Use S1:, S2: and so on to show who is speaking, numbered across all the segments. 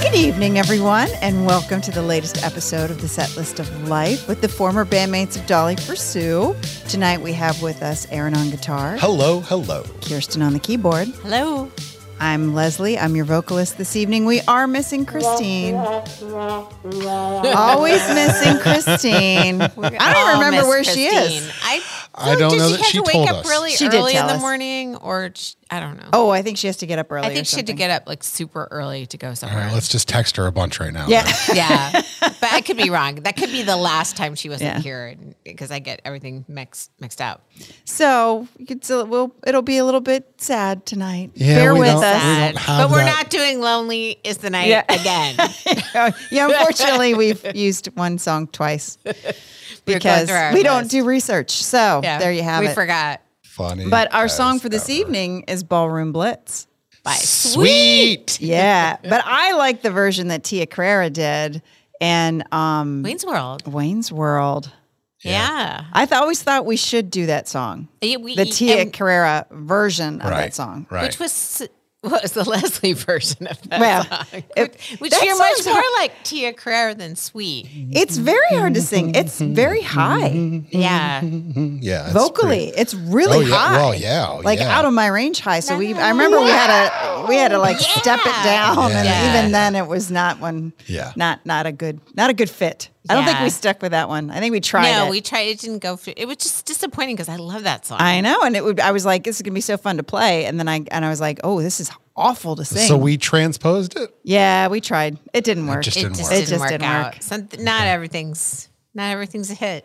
S1: Good evening, everyone, and welcome to the latest episode of the Set List of Life with the former bandmates of Dolly Pursue. Tonight we have with us Aaron on guitar,
S2: Hello, hello.
S1: Kirsten on the keyboard.
S3: Hello.
S1: I'm Leslie. I'm your vocalist this evening. We are missing Christine. Always missing Christine. I don't remember where she is.
S3: Oh, I,
S2: I don't
S3: did
S2: know
S3: She
S2: that
S3: have
S2: she
S3: to
S2: told
S3: wake up
S2: us.
S3: really
S1: She did
S3: early in
S1: tell
S3: the
S1: us.
S3: morning, or sh I don't know.
S1: Oh, I think she has to get up early.
S3: I think
S1: or
S3: she had to
S1: something.
S3: get up like super early to go
S2: All
S3: somewhere.
S2: right, let's just text her a bunch right now.
S1: Yeah.
S3: yeah, but I could be wrong. That could be the last time she wasn't
S1: Yeah.
S3: here because I get everything mixed mixed up.
S1: So you could still, we'll, it'll be a little bit sad tonight.
S2: Yeah,
S1: Bear
S2: we
S1: with
S2: don't-
S1: us.
S2: we don't
S3: Sad.
S2: have
S3: but we're
S2: that.
S3: not doing "Lonely Is the Night"
S1: Yeah.
S3: again.
S1: yeah, unfortunately, we've used one song twice because
S3: through our
S1: we don't
S3: list.
S1: do research. So
S3: Yeah.
S1: there you have
S3: we
S1: it.
S3: forgot.
S2: Funny.
S1: But our
S2: as
S1: song for this
S2: ever.
S1: evening is Ballroom Blitz.
S3: Bye.
S2: Sweet.
S1: Yeah, but I like the version that Tia Carrera did and um,
S3: Wayne's World.
S1: Wayne's World.
S3: Yeah.
S1: I th- always thought we should do that song,
S3: Yeah, we-
S1: the Tia
S3: and-
S1: Carrera version of
S2: Right.
S1: that song.
S2: Right.
S3: Which was what was the Leslie version of that
S1: Well,
S3: song?
S1: it-
S3: Which- which
S1: that
S3: you're much
S1: song's
S3: more
S1: hard-
S3: like Tia Carrere than Sweet.
S1: It's very hard to sing. It's very high
S3: Yeah.
S2: yeah. it's
S1: vocally. It's really
S2: Oh, yeah.
S1: high.
S2: Well, yeah,
S1: like
S2: yeah.
S1: out of my range high. So we, I remember we had a we had to like step it
S3: Yeah.
S1: down, and
S3: Yeah.
S1: even then it was not one.
S2: Yeah.
S1: not not a good not a good fit. I don't think
S3: Yeah.
S1: we stuck with that one. I think we tried.
S3: No,
S1: it.
S3: we tried. It didn't go. For, it was just disappointing because I love that song.
S1: I know, and it would. I was like, this is gonna be so fun to play, and then I and I was like, oh, this is awful to
S2: pretty.
S1: sing.
S2: So we transposed it.
S1: yeah, we tried. It didn't work.
S2: just
S3: it
S2: didn't
S3: just
S2: work.
S3: didn't
S1: It just
S3: work
S1: didn't
S3: out.
S1: work.
S3: Something, not everything's not everything's a hit.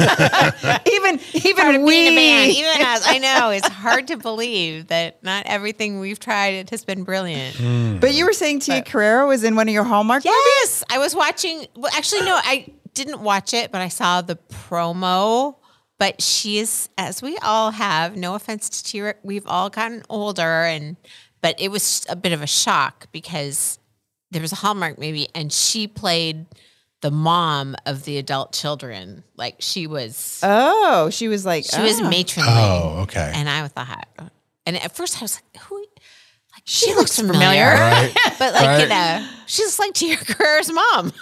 S1: even
S3: Part of
S1: even
S3: being a man,
S1: we.
S3: even us, I know it's hard to believe that not everything we've tried it has been brilliant.
S2: Hmm.
S1: But you were saying Tia Carrera was in one of your Hallmark movies.
S3: Yes, I was watching. Well, actually, no, I didn't watch it, but I saw the promo. But she is, as we all have. No offense to Tira, we've all gotten older, and but it was just a bit of a shock because there was a Hallmark movie, and she played the mom of the adult children. Like she was,
S1: Oh, she was like
S3: she was
S1: ah.
S3: matronly,
S2: Oh, okay.
S3: and I thought, and at first I was like, who? Like
S1: She
S3: she,
S1: looks
S3: looks
S1: familiar.
S3: familiar,
S2: Right.
S3: but like
S2: Right.
S3: you know, she's like Tia Carrera's mom.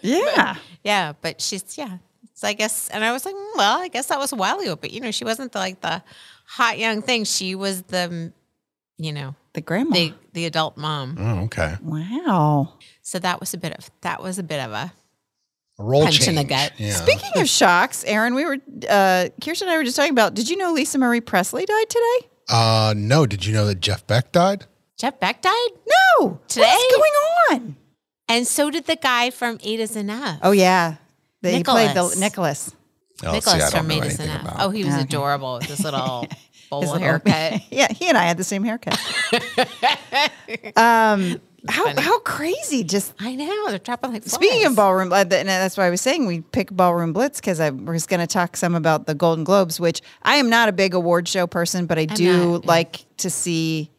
S1: Yeah.
S3: Yeah, but she's yeah. So I guess, and I was like, "Mm, well, I guess that was a while ago. But you know, she wasn't the, like the hot young thing. She was the, mm, you know,
S1: The grandma.
S3: the the adult mom.
S2: oh, okay.
S1: wow.
S3: So that was a bit of that was a bit of a
S2: A Roll
S3: Punch
S2: change.
S3: in the gut.
S2: Yeah.
S1: Speaking of shocks, Aaron, we were uh, Kirsten and I were just talking about. Did you know Lisa Marie Presley died today?
S2: uh, no, did you know that Jeff Beck died?
S3: Jeff Beck died,
S1: No.
S3: Today?
S1: What's going on?
S3: and so did the guy from Eight Is Enough.
S1: Oh yeah, that he played the
S3: Nicholas.
S1: Nicholas.
S2: Oh,
S3: Nicholas
S2: see, I don't
S3: from
S2: know
S3: Eight Is
S2: anything
S3: Enough.
S2: about.
S3: Oh, he was
S1: Okay.
S3: adorable with this little bowl
S1: His little-
S3: haircut.
S1: yeah, he and I had the same haircut. um, how how crazy? Just
S3: I know they're dropping like.
S1: speaking
S3: flies.
S1: of ballroom, uh, th- and that's why I was saying we pick ballroom blitz because I was going to talk some about the Golden Globes, which I am not a big award show person, but I do
S3: not, yeah.
S1: like to see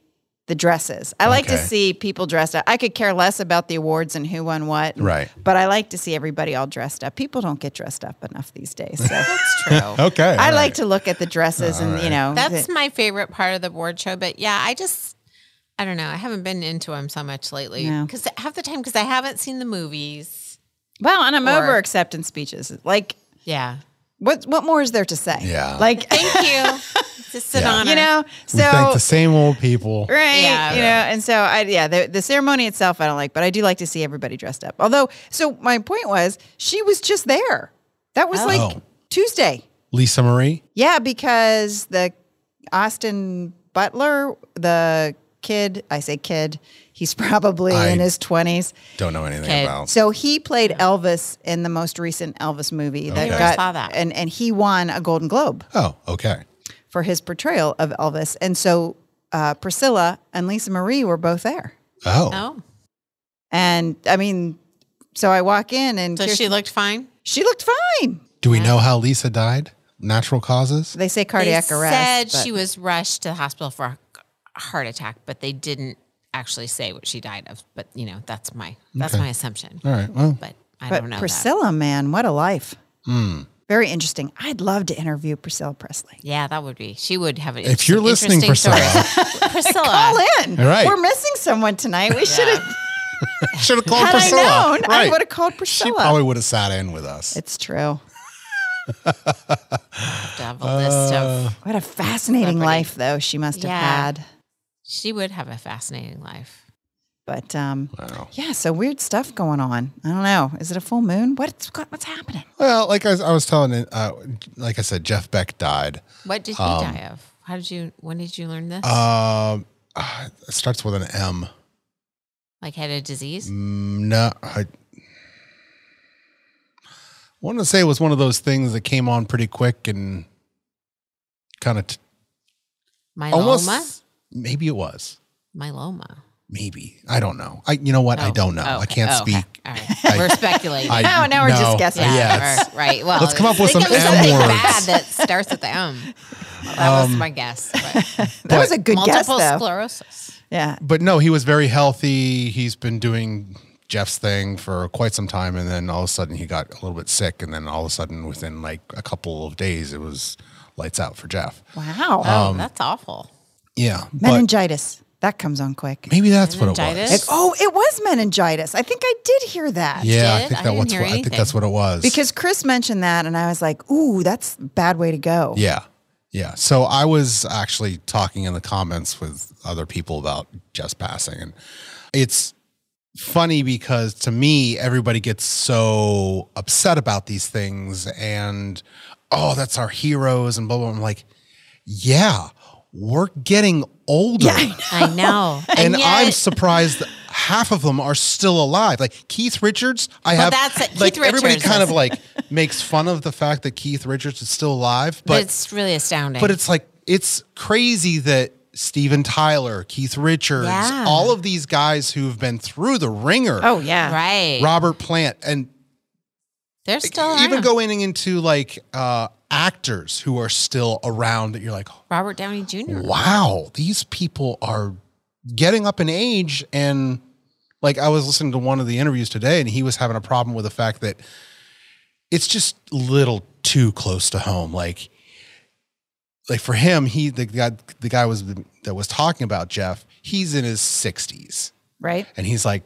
S1: the dresses. I like to
S2: Okay.
S1: see people dressed up. I could care less about the awards and who won what,
S2: Right.
S1: But I like to see everybody all dressed up. People don't get dressed up enough these days, so.
S3: that's true.
S2: Okay.
S1: I
S2: all
S1: like
S2: right.
S1: to look at the dresses and you know
S3: That's
S1: the-
S3: my favorite part of the board show. But yeah, I just, I don't know. I haven't been into them so much lately
S1: No.
S3: because half the time because I haven't seen the movies.
S1: well, and I'm
S3: Or-
S1: over acceptance speeches. Like
S3: Yeah.
S1: what what more is there to say?
S2: Yeah.
S1: Like
S3: Thank you. it's just an
S2: Yeah.
S3: honor.
S1: you know,
S2: We thank
S1: so
S2: the same old people.
S1: right,
S3: Yeah.
S1: you know, and so I yeah, the, the ceremony itself I don't like, but I do like to see everybody dressed up. Although, so my point was, she was just there. That was like
S2: Oh.
S1: Tuesday.
S2: Lisa Marie.
S1: Yeah, because the Austin Butler, the kid, I say kid, he's probably
S2: I-
S1: in his 20s.
S2: Don't know anything
S3: Okay.
S2: about.
S1: So he played Elvis in the most recent Elvis movie that
S2: Okay. I
S1: got
S3: saw that.
S1: and and he won a Golden Globe
S2: Oh, okay.
S1: for his portrayal of Elvis. And so uh, Priscilla and Lisa Marie were both there.
S2: Oh.
S3: Oh,
S1: And I mean, so I walk in and
S3: so
S1: Kirsten-
S3: she looked fine.
S1: she looked fine.
S2: Do we know how Lisa died? Natural causes?
S1: They say cardiac
S3: they
S1: arrest.
S3: said she
S1: but-
S3: was rushed to the hospital for a heart attack, but they didn't actually say what she died of. But you know, that's my that's my assumption.
S2: All right. Well,
S3: But I
S1: but
S3: don't know. that.
S1: Priscilla, man, what a life.
S2: Hmm.
S1: Very interesting. I'd love to interview Priscilla Presley.
S3: Yeah, that would be. She would have an.
S2: if you're
S3: interesting-
S2: listening,
S3: interesting
S2: Priscilla,
S3: story. Priscilla,
S1: All in.
S2: All right.
S1: We're missing someone tonight. We should have
S2: Should have called
S1: Had
S2: Priscilla.
S1: I known, I
S2: Right.
S1: would have called
S2: she
S1: Priscilla.
S2: probably would have sat in with us.
S1: it's true.
S3: have a list of.
S1: What a fascinating
S3: Celebrity.
S1: life, though, she must have
S3: Yeah.
S1: had.
S3: She would have a fascinating life.
S1: But um,
S2: Wow.
S1: yeah, so weird stuff going on. I don't know. Is it a full moon? What's go- what's happening?
S2: Well, like I, I was telling, uh, like I said, Jeff Beck died.
S3: What did he die of? How did you? When did you learn this?
S2: Um, ah, it starts with an M.
S3: like had a disease?
S2: Mm, No, I want to say it was one of those things that came on pretty quick and kind of t-
S3: Myeloma.
S2: almost. Maybe it was.
S3: Myeloma.
S2: Maybe I don't know. I you know what? I
S3: Oh,
S2: don't know.
S3: oh,
S2: I can't
S3: okay.
S2: speak.
S3: All right.
S2: I-
S3: We're speculating.
S2: I,
S1: No, Oh, now we're just
S2: no.
S1: guessing.
S2: Yeah,
S3: yeah.
S2: it's-
S3: or- right. Well,
S2: Let's come up with
S3: think
S2: some
S3: of
S2: M
S3: something
S2: words. Um,
S3: bad that starts with the M. That was my guess. but-
S1: That was a good guess,
S3: Multiple
S1: though.
S3: sclerosis.
S1: yeah,
S2: but no, he was very healthy. He's been doing Jeff's thing for quite some time, and then all of a sudden he got a little bit sick, and then all of a sudden within like a couple of days it was lights out for Jeff.
S1: wow,
S3: Oh,
S2: Um,
S3: that's awful.
S2: Yeah, Uh, but
S1: meningitis that comes on quick.
S2: maybe that's what it
S3: Meningitis?
S2: was.
S1: It's- oh, it was meningitis. I think I did hear that.
S2: Yeah, I
S3: Did?
S2: think
S3: I
S2: that
S3: didn't
S2: what's
S3: hear
S2: what, I think
S3: anything.
S2: that's what it was.
S1: Because Chris mentioned that, and I was like, "Ooh, that's a bad way to go."
S2: yeah, yeah. So I was actually talking in the comments with other people about just passing, and it's funny because to me everybody gets so upset about these things, and oh, that's our heroes and blah blah. blah. I'm like, yeah, we're getting older.
S3: I know.
S2: And,
S3: yet-
S2: I'm surprised that half of them are still alive. Like Keith Richards, I
S3: Well,
S2: have
S3: that's it.
S2: like
S3: Keith
S2: everybody
S3: Richards
S2: kind
S3: is-
S2: of like makes fun of the fact that Keith Richards is still alive,
S3: but
S2: but
S3: it's really astounding.
S2: but it's like it's crazy that Steven Tyler, Keith Richards,
S3: Yeah.
S2: all of these guys who've been through the ringer,
S1: Oh yeah.
S3: right.
S2: Robert Plant, and
S3: They're still
S2: even
S3: around.
S2: going into like uh actors who are still around that you're like,
S3: Robert Downey Jr.
S2: wow, these people are getting up in age. And like I was listening to one of the interviews today, and he was having a problem with the fact that it's just a little too close to home. Like, like for him, he the guy the guy was that was talking about Jeff. He's in his sixties,
S1: Right.
S2: and he's like,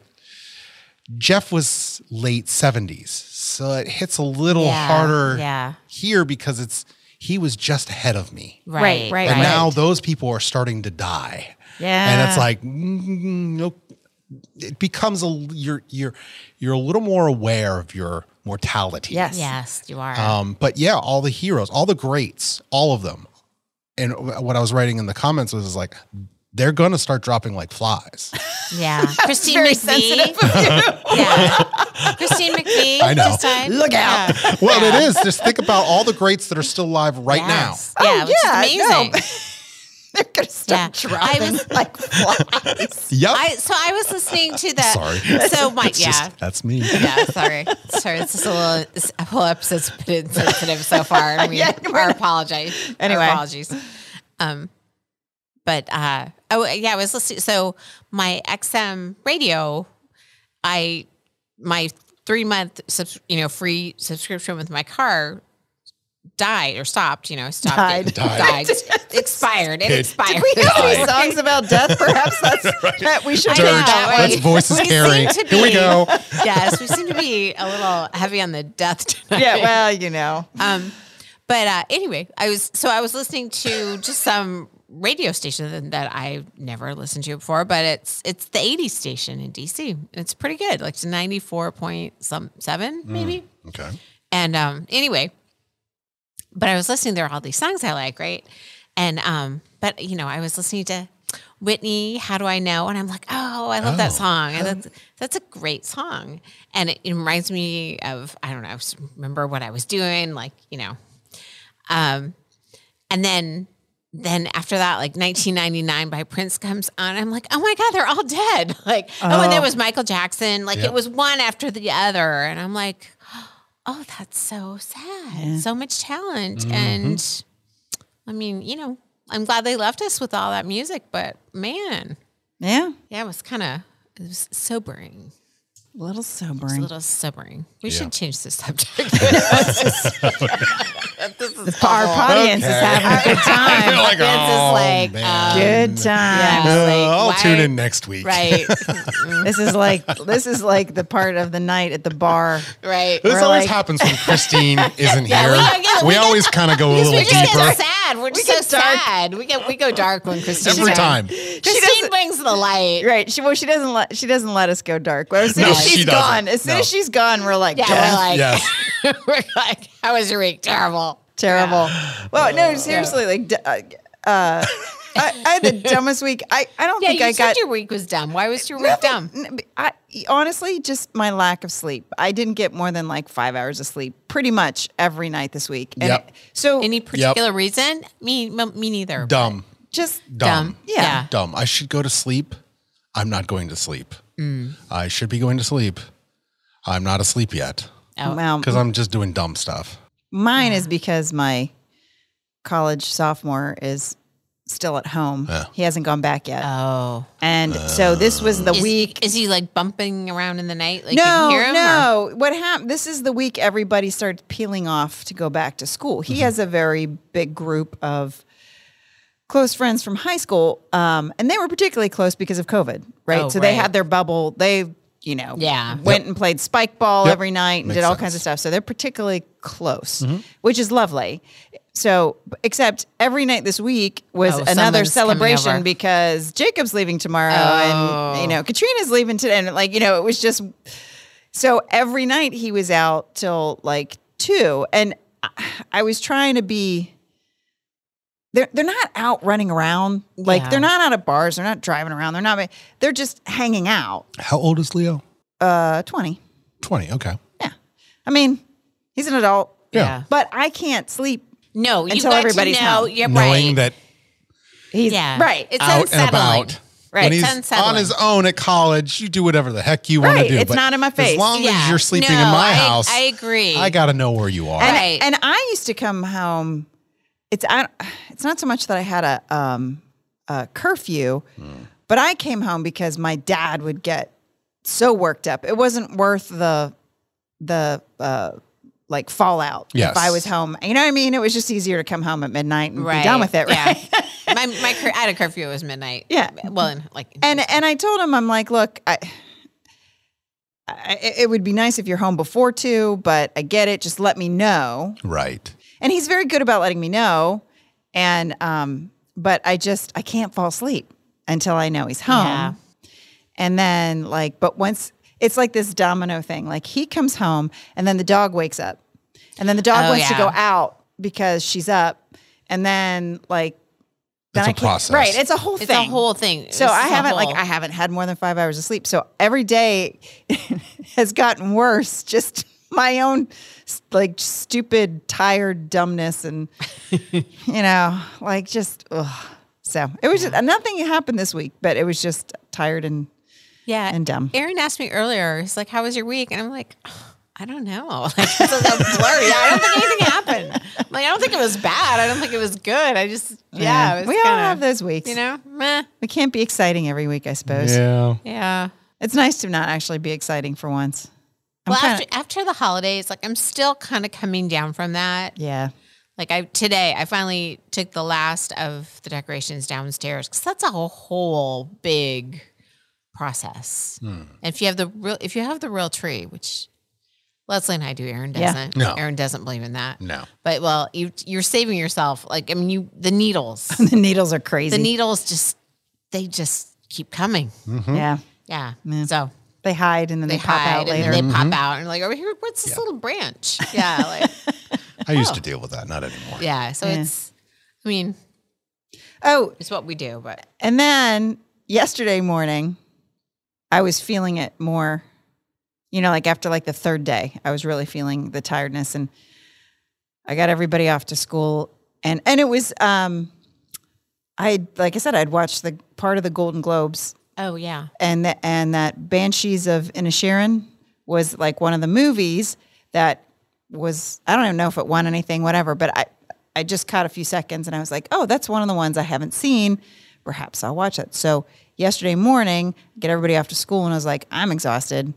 S2: Jeff was late seventies, so it hits a little
S3: Yeah,
S2: harder
S3: yeah.
S2: here because it's he was just ahead of me.
S3: Right.
S1: Right, right,
S2: And
S1: right.
S2: now those people are starting to die.
S1: Yeah.
S2: And it's like, mm, nope. It becomes a you're you're you're a little more aware of your mortality.
S1: Yes.
S3: Yes, you are.
S2: Um, but yeah, all the heroes, all the greats, all of them. And wh- what I was writing in the comments was, like, they're gonna start dropping like flies.
S3: yeah. Christine
S1: very
S3: McVie. yeah. Christine McVie.
S2: I know.
S3: Just died.
S1: Look out.
S3: Yeah.
S2: well, it is. Just think about all the greats that are still alive right
S3: Yes.
S1: Oh,
S3: Yeah, which
S1: yeah,
S3: is
S1: no.
S3: amazing.
S1: They're gonna start
S3: Yeah. I
S1: dropping
S3: was-
S1: like flies.
S2: now. Yep.
S3: I so I was listening to the
S2: Sorry.
S3: So my
S2: It's
S3: yeah.
S2: just- that's me.
S3: yeah, sorry. Sorry, it's just a little, this whole episode's been insensitive so far. And we
S1: Yeah, we're
S3: are
S1: not-
S3: apologize.
S1: Anyway.
S3: Our apologies. Um, but uh, oh yeah, I was listening. So my XM radio, I my three month subs- you know free subscription with my car died or stopped. You know, stopped. It,
S2: Died.
S3: died. expired. It expired.
S1: We have any
S2: Died.
S1: songs about death. Perhaps that's that we should
S3: I
S1: do
S3: know,
S1: that
S3: right?
S1: way.
S2: That's voices
S3: We
S2: carry.
S3: seem to
S2: Here we
S3: be-
S2: go.
S3: yes, we seem to be a little heavy on the death tonight.
S1: Yeah, well, you know.
S3: Um, but uh, anyway, I was so I was listening to just some radio station that I never listened to before, but it's it's the 80s station in DC. It's pretty good, like it's 94 point some seven maybe.
S2: Okay.
S3: And um, anyway, but I was listening. There are all these songs I like, right? And um, but you know, I was listening to Whitney. How do I know? And I'm like, oh, I love
S2: Oh.
S3: that song. And that's that's a great song. And it, it reminds me of I don't know. I just remember what I was doing, like you know. Um, and then then after that, like 1999 by Prince comes on. I'm like, oh my god, they're all dead. Like oh, and there was Michael Jackson. Like
S2: Yep.
S3: it was one after the other. And I'm like. Oh, that's so sad. So much talent. And I mean, you know, I'm glad they left us with all that music, but man,
S1: Yeah.
S3: yeah, it was kind of it was sobering.
S1: A little
S3: It's
S1: sobering.
S3: a little sobering. We
S2: Yeah.
S3: should change the subject. this is
S1: Our
S3: awful.
S1: audience is
S2: Okay.
S1: having a good
S3: I
S1: time.
S3: feel like, oh, man.
S1: good time.
S3: Yeah,
S2: Uh,
S3: like,
S2: I'll
S3: why-
S2: tune in next week.
S3: Right,
S1: This is like this is like the part of the night at the bar.
S3: right.
S2: This
S1: We're
S2: always
S1: like-
S2: happens when Christine isn't here.
S3: we- yeah,
S2: we
S3: we get-
S2: always kind of go a
S3: Because
S2: little
S3: we just
S2: deeper
S3: get sad. We're just so
S1: get dark.
S3: sad. We get we go dark when Christine.
S2: every time.
S3: Christine brings the light.
S1: Right. She well she doesn't let she doesn't let us go dark. Well, as soon
S2: No,
S1: as she's
S2: she doesn't.
S1: gone, as soon
S2: No.
S1: as she's gone, we're like,
S3: Yeah,
S1: "Duh,
S3: we're like,
S2: Yes.
S3: we're like, how was your week? Terrible.
S1: terrible. Well, no, seriously, like d- uh, uh, I, I had the dumbest week. I I don't
S3: Yeah,
S1: think
S3: you
S1: I
S3: said
S1: got
S3: your week was dumb. Why was your week dumb?
S1: N- b- I, honestly, just my lack of sleep. I didn't get more than like five hours of sleep pretty much every night this week. And
S2: Yep.
S1: it- so
S3: Any particular reason? Me, m- me neither.
S2: Dumb.
S1: just
S2: Dumb.
S1: Yeah.
S3: Yeah.
S2: Dumb. I should go to sleep. I'm not going to sleep.
S3: Mm.
S2: I should be going to sleep. I'm not asleep yet
S3: Oh.
S1: well,
S2: because I'm just doing dumb stuff.
S1: mine is because my college sophomore is still at home.
S2: Yeah.
S1: He hasn't gone back yet,
S3: Oh.
S1: and so this was the
S3: Is,
S1: week.
S3: Is he like bumping around in the night? Like you
S1: no,
S3: can hear him? or-
S1: no. What happened? This is the week everybody starts peeling off to go back to school. He
S3: Mm-hmm.
S1: has a very big group of close friends from high school, um, and they were particularly close because of COVID, right?
S3: Oh,
S1: so
S3: right.
S1: they had their bubble. They, you know,
S3: Yeah.
S1: went and played spike ball
S2: Yep.
S1: every night and
S2: Makes
S1: did all
S2: sense.
S1: kinds of stuff. So they're particularly close,
S3: Mm-hmm.
S1: which is lovely. So, b- except every night this week was
S3: Oh,
S1: another
S3: someone's coming over.
S1: celebration because Jacob's leaving tomorrow,
S3: Oh.
S1: and you know Katrina's leaving today, and like you know it was just so every night he was out till like two, and I- I was trying to be. They're they're not out running around like
S3: Yeah.
S1: they're not out at bars. They're not driving around. They're not. They're just hanging out.
S2: How old is Leo?
S1: Uh, twenty.
S2: 20. Okay.
S1: Yeah, I mean, he's an adult,
S2: Yeah.
S3: Yeah.
S1: but I can't sleep.
S3: No, you
S1: Until
S3: got
S1: everybody's
S3: to know,
S1: home.
S3: You're
S2: Knowing
S3: right.
S2: that
S1: He's
S3: yeah.
S1: right.
S3: It's
S2: out
S3: unsettling.
S2: and about.
S3: Right,
S2: When
S3: it's
S2: he's
S3: unsettling.
S2: on his own at college, you do whatever the heck you want
S1: Right,
S2: to do.
S1: it's not in my face.
S2: As long
S3: Yeah.
S2: as you're sleeping
S3: No,
S2: in my
S3: I-
S2: house,
S3: I agree.
S2: I got to know where you are.
S1: And,
S3: Right.
S1: and I used to come home. It's I, it's not so much that I had a, um, a curfew, but I came home because my dad would get so worked up. It wasn't worth the the uh, like fallout
S2: Yes.
S1: if I was home. You know what I mean? It was just easier to come home at midnight and
S3: right.
S1: be done with it, right?
S3: Yeah. my my cur- I had a curfew. It was midnight.
S1: Yeah.
S3: Well, in, like
S1: and and I told him, I'm like, look, I, I, it would be nice if you're home before two, but I get it. Just let me know.
S2: Right.
S1: and he's very good about letting me know and um but i just i can't fall asleep until i know he's home
S3: Yeah.
S1: and then like but once it's like this domino thing like he comes home and then the dog wakes up and then the dog
S3: Oh,
S1: wants to
S3: yeah.
S1: go out because she's up and then like then
S2: It's
S1: I
S2: a
S1: can't-
S2: process.
S1: right it's a whole
S3: it's
S1: thing
S3: a whole thing.
S1: so
S3: This
S1: I
S3: is a
S1: haven't like
S3: whole-
S1: I haven't had more than five hours of sleep. So every day has gotten worse. Just my own s- like stupid, tired dumbness, and you know, like just ugh. so it was just nothing happened this week, but it was just tired and
S3: yeah
S1: and dumb.
S3: Aaron asked me earlier. He's like, "How was your week?" And I'm like. I don't know. Like, it's so blurry. I don't think anything happened. Like, I don't think it was bad. I don't think it was good. I just, yeah. it was
S1: we all
S3: kinda,
S1: have those weeks.
S3: You know, meh.
S1: we can't be exciting every week, I suppose.
S2: Yeah.
S3: Yeah.
S1: It's nice to not actually be exciting for once. I'm
S3: Well,
S1: kinda-
S3: after after the holidays, like I'm still kind of coming down from that.
S1: yeah,
S3: Like I today, I finally took the last of the decorations downstairs because that's a whole big process. And if you have the real, if you have the real tree, which Leslie and I do, Aaron
S1: Yeah.
S3: doesn't.
S2: No.
S3: Aaron doesn't believe in that.
S2: No.
S3: But well, you you're saving yourself. Like I mean, you the needles,
S1: the needles are crazy.
S3: the needles just they just keep coming.
S1: yeah,
S3: Yeah. So
S1: they hide and then they, pop
S3: Mm-hmm. hide
S1: out later.
S3: And then they pop out and like, over here, what's this little branch? Yeah, like
S2: I used to deal with that, not anymore.
S3: yeah. So
S1: Oh. Yeah.
S3: it's, I mean,
S1: oh,
S3: it's what we do, but
S1: And then yesterday morning, I was feeling it more. You know, like after like the third day, I was really feeling the tiredness, and I got everybody off to school, and and it was um, I like I said, I'd watched the part of the Golden Globes,
S3: oh yeah,
S1: and the, and that Banshees of Inisherin was like one of the movies that was I don't even know if it won anything, whatever. But I I just caught a few seconds and I was like, oh, that's one of the ones I haven't seen. Perhaps I'll watch it. So yesterday morning, get everybody off to school, and I was like, I'm exhausted.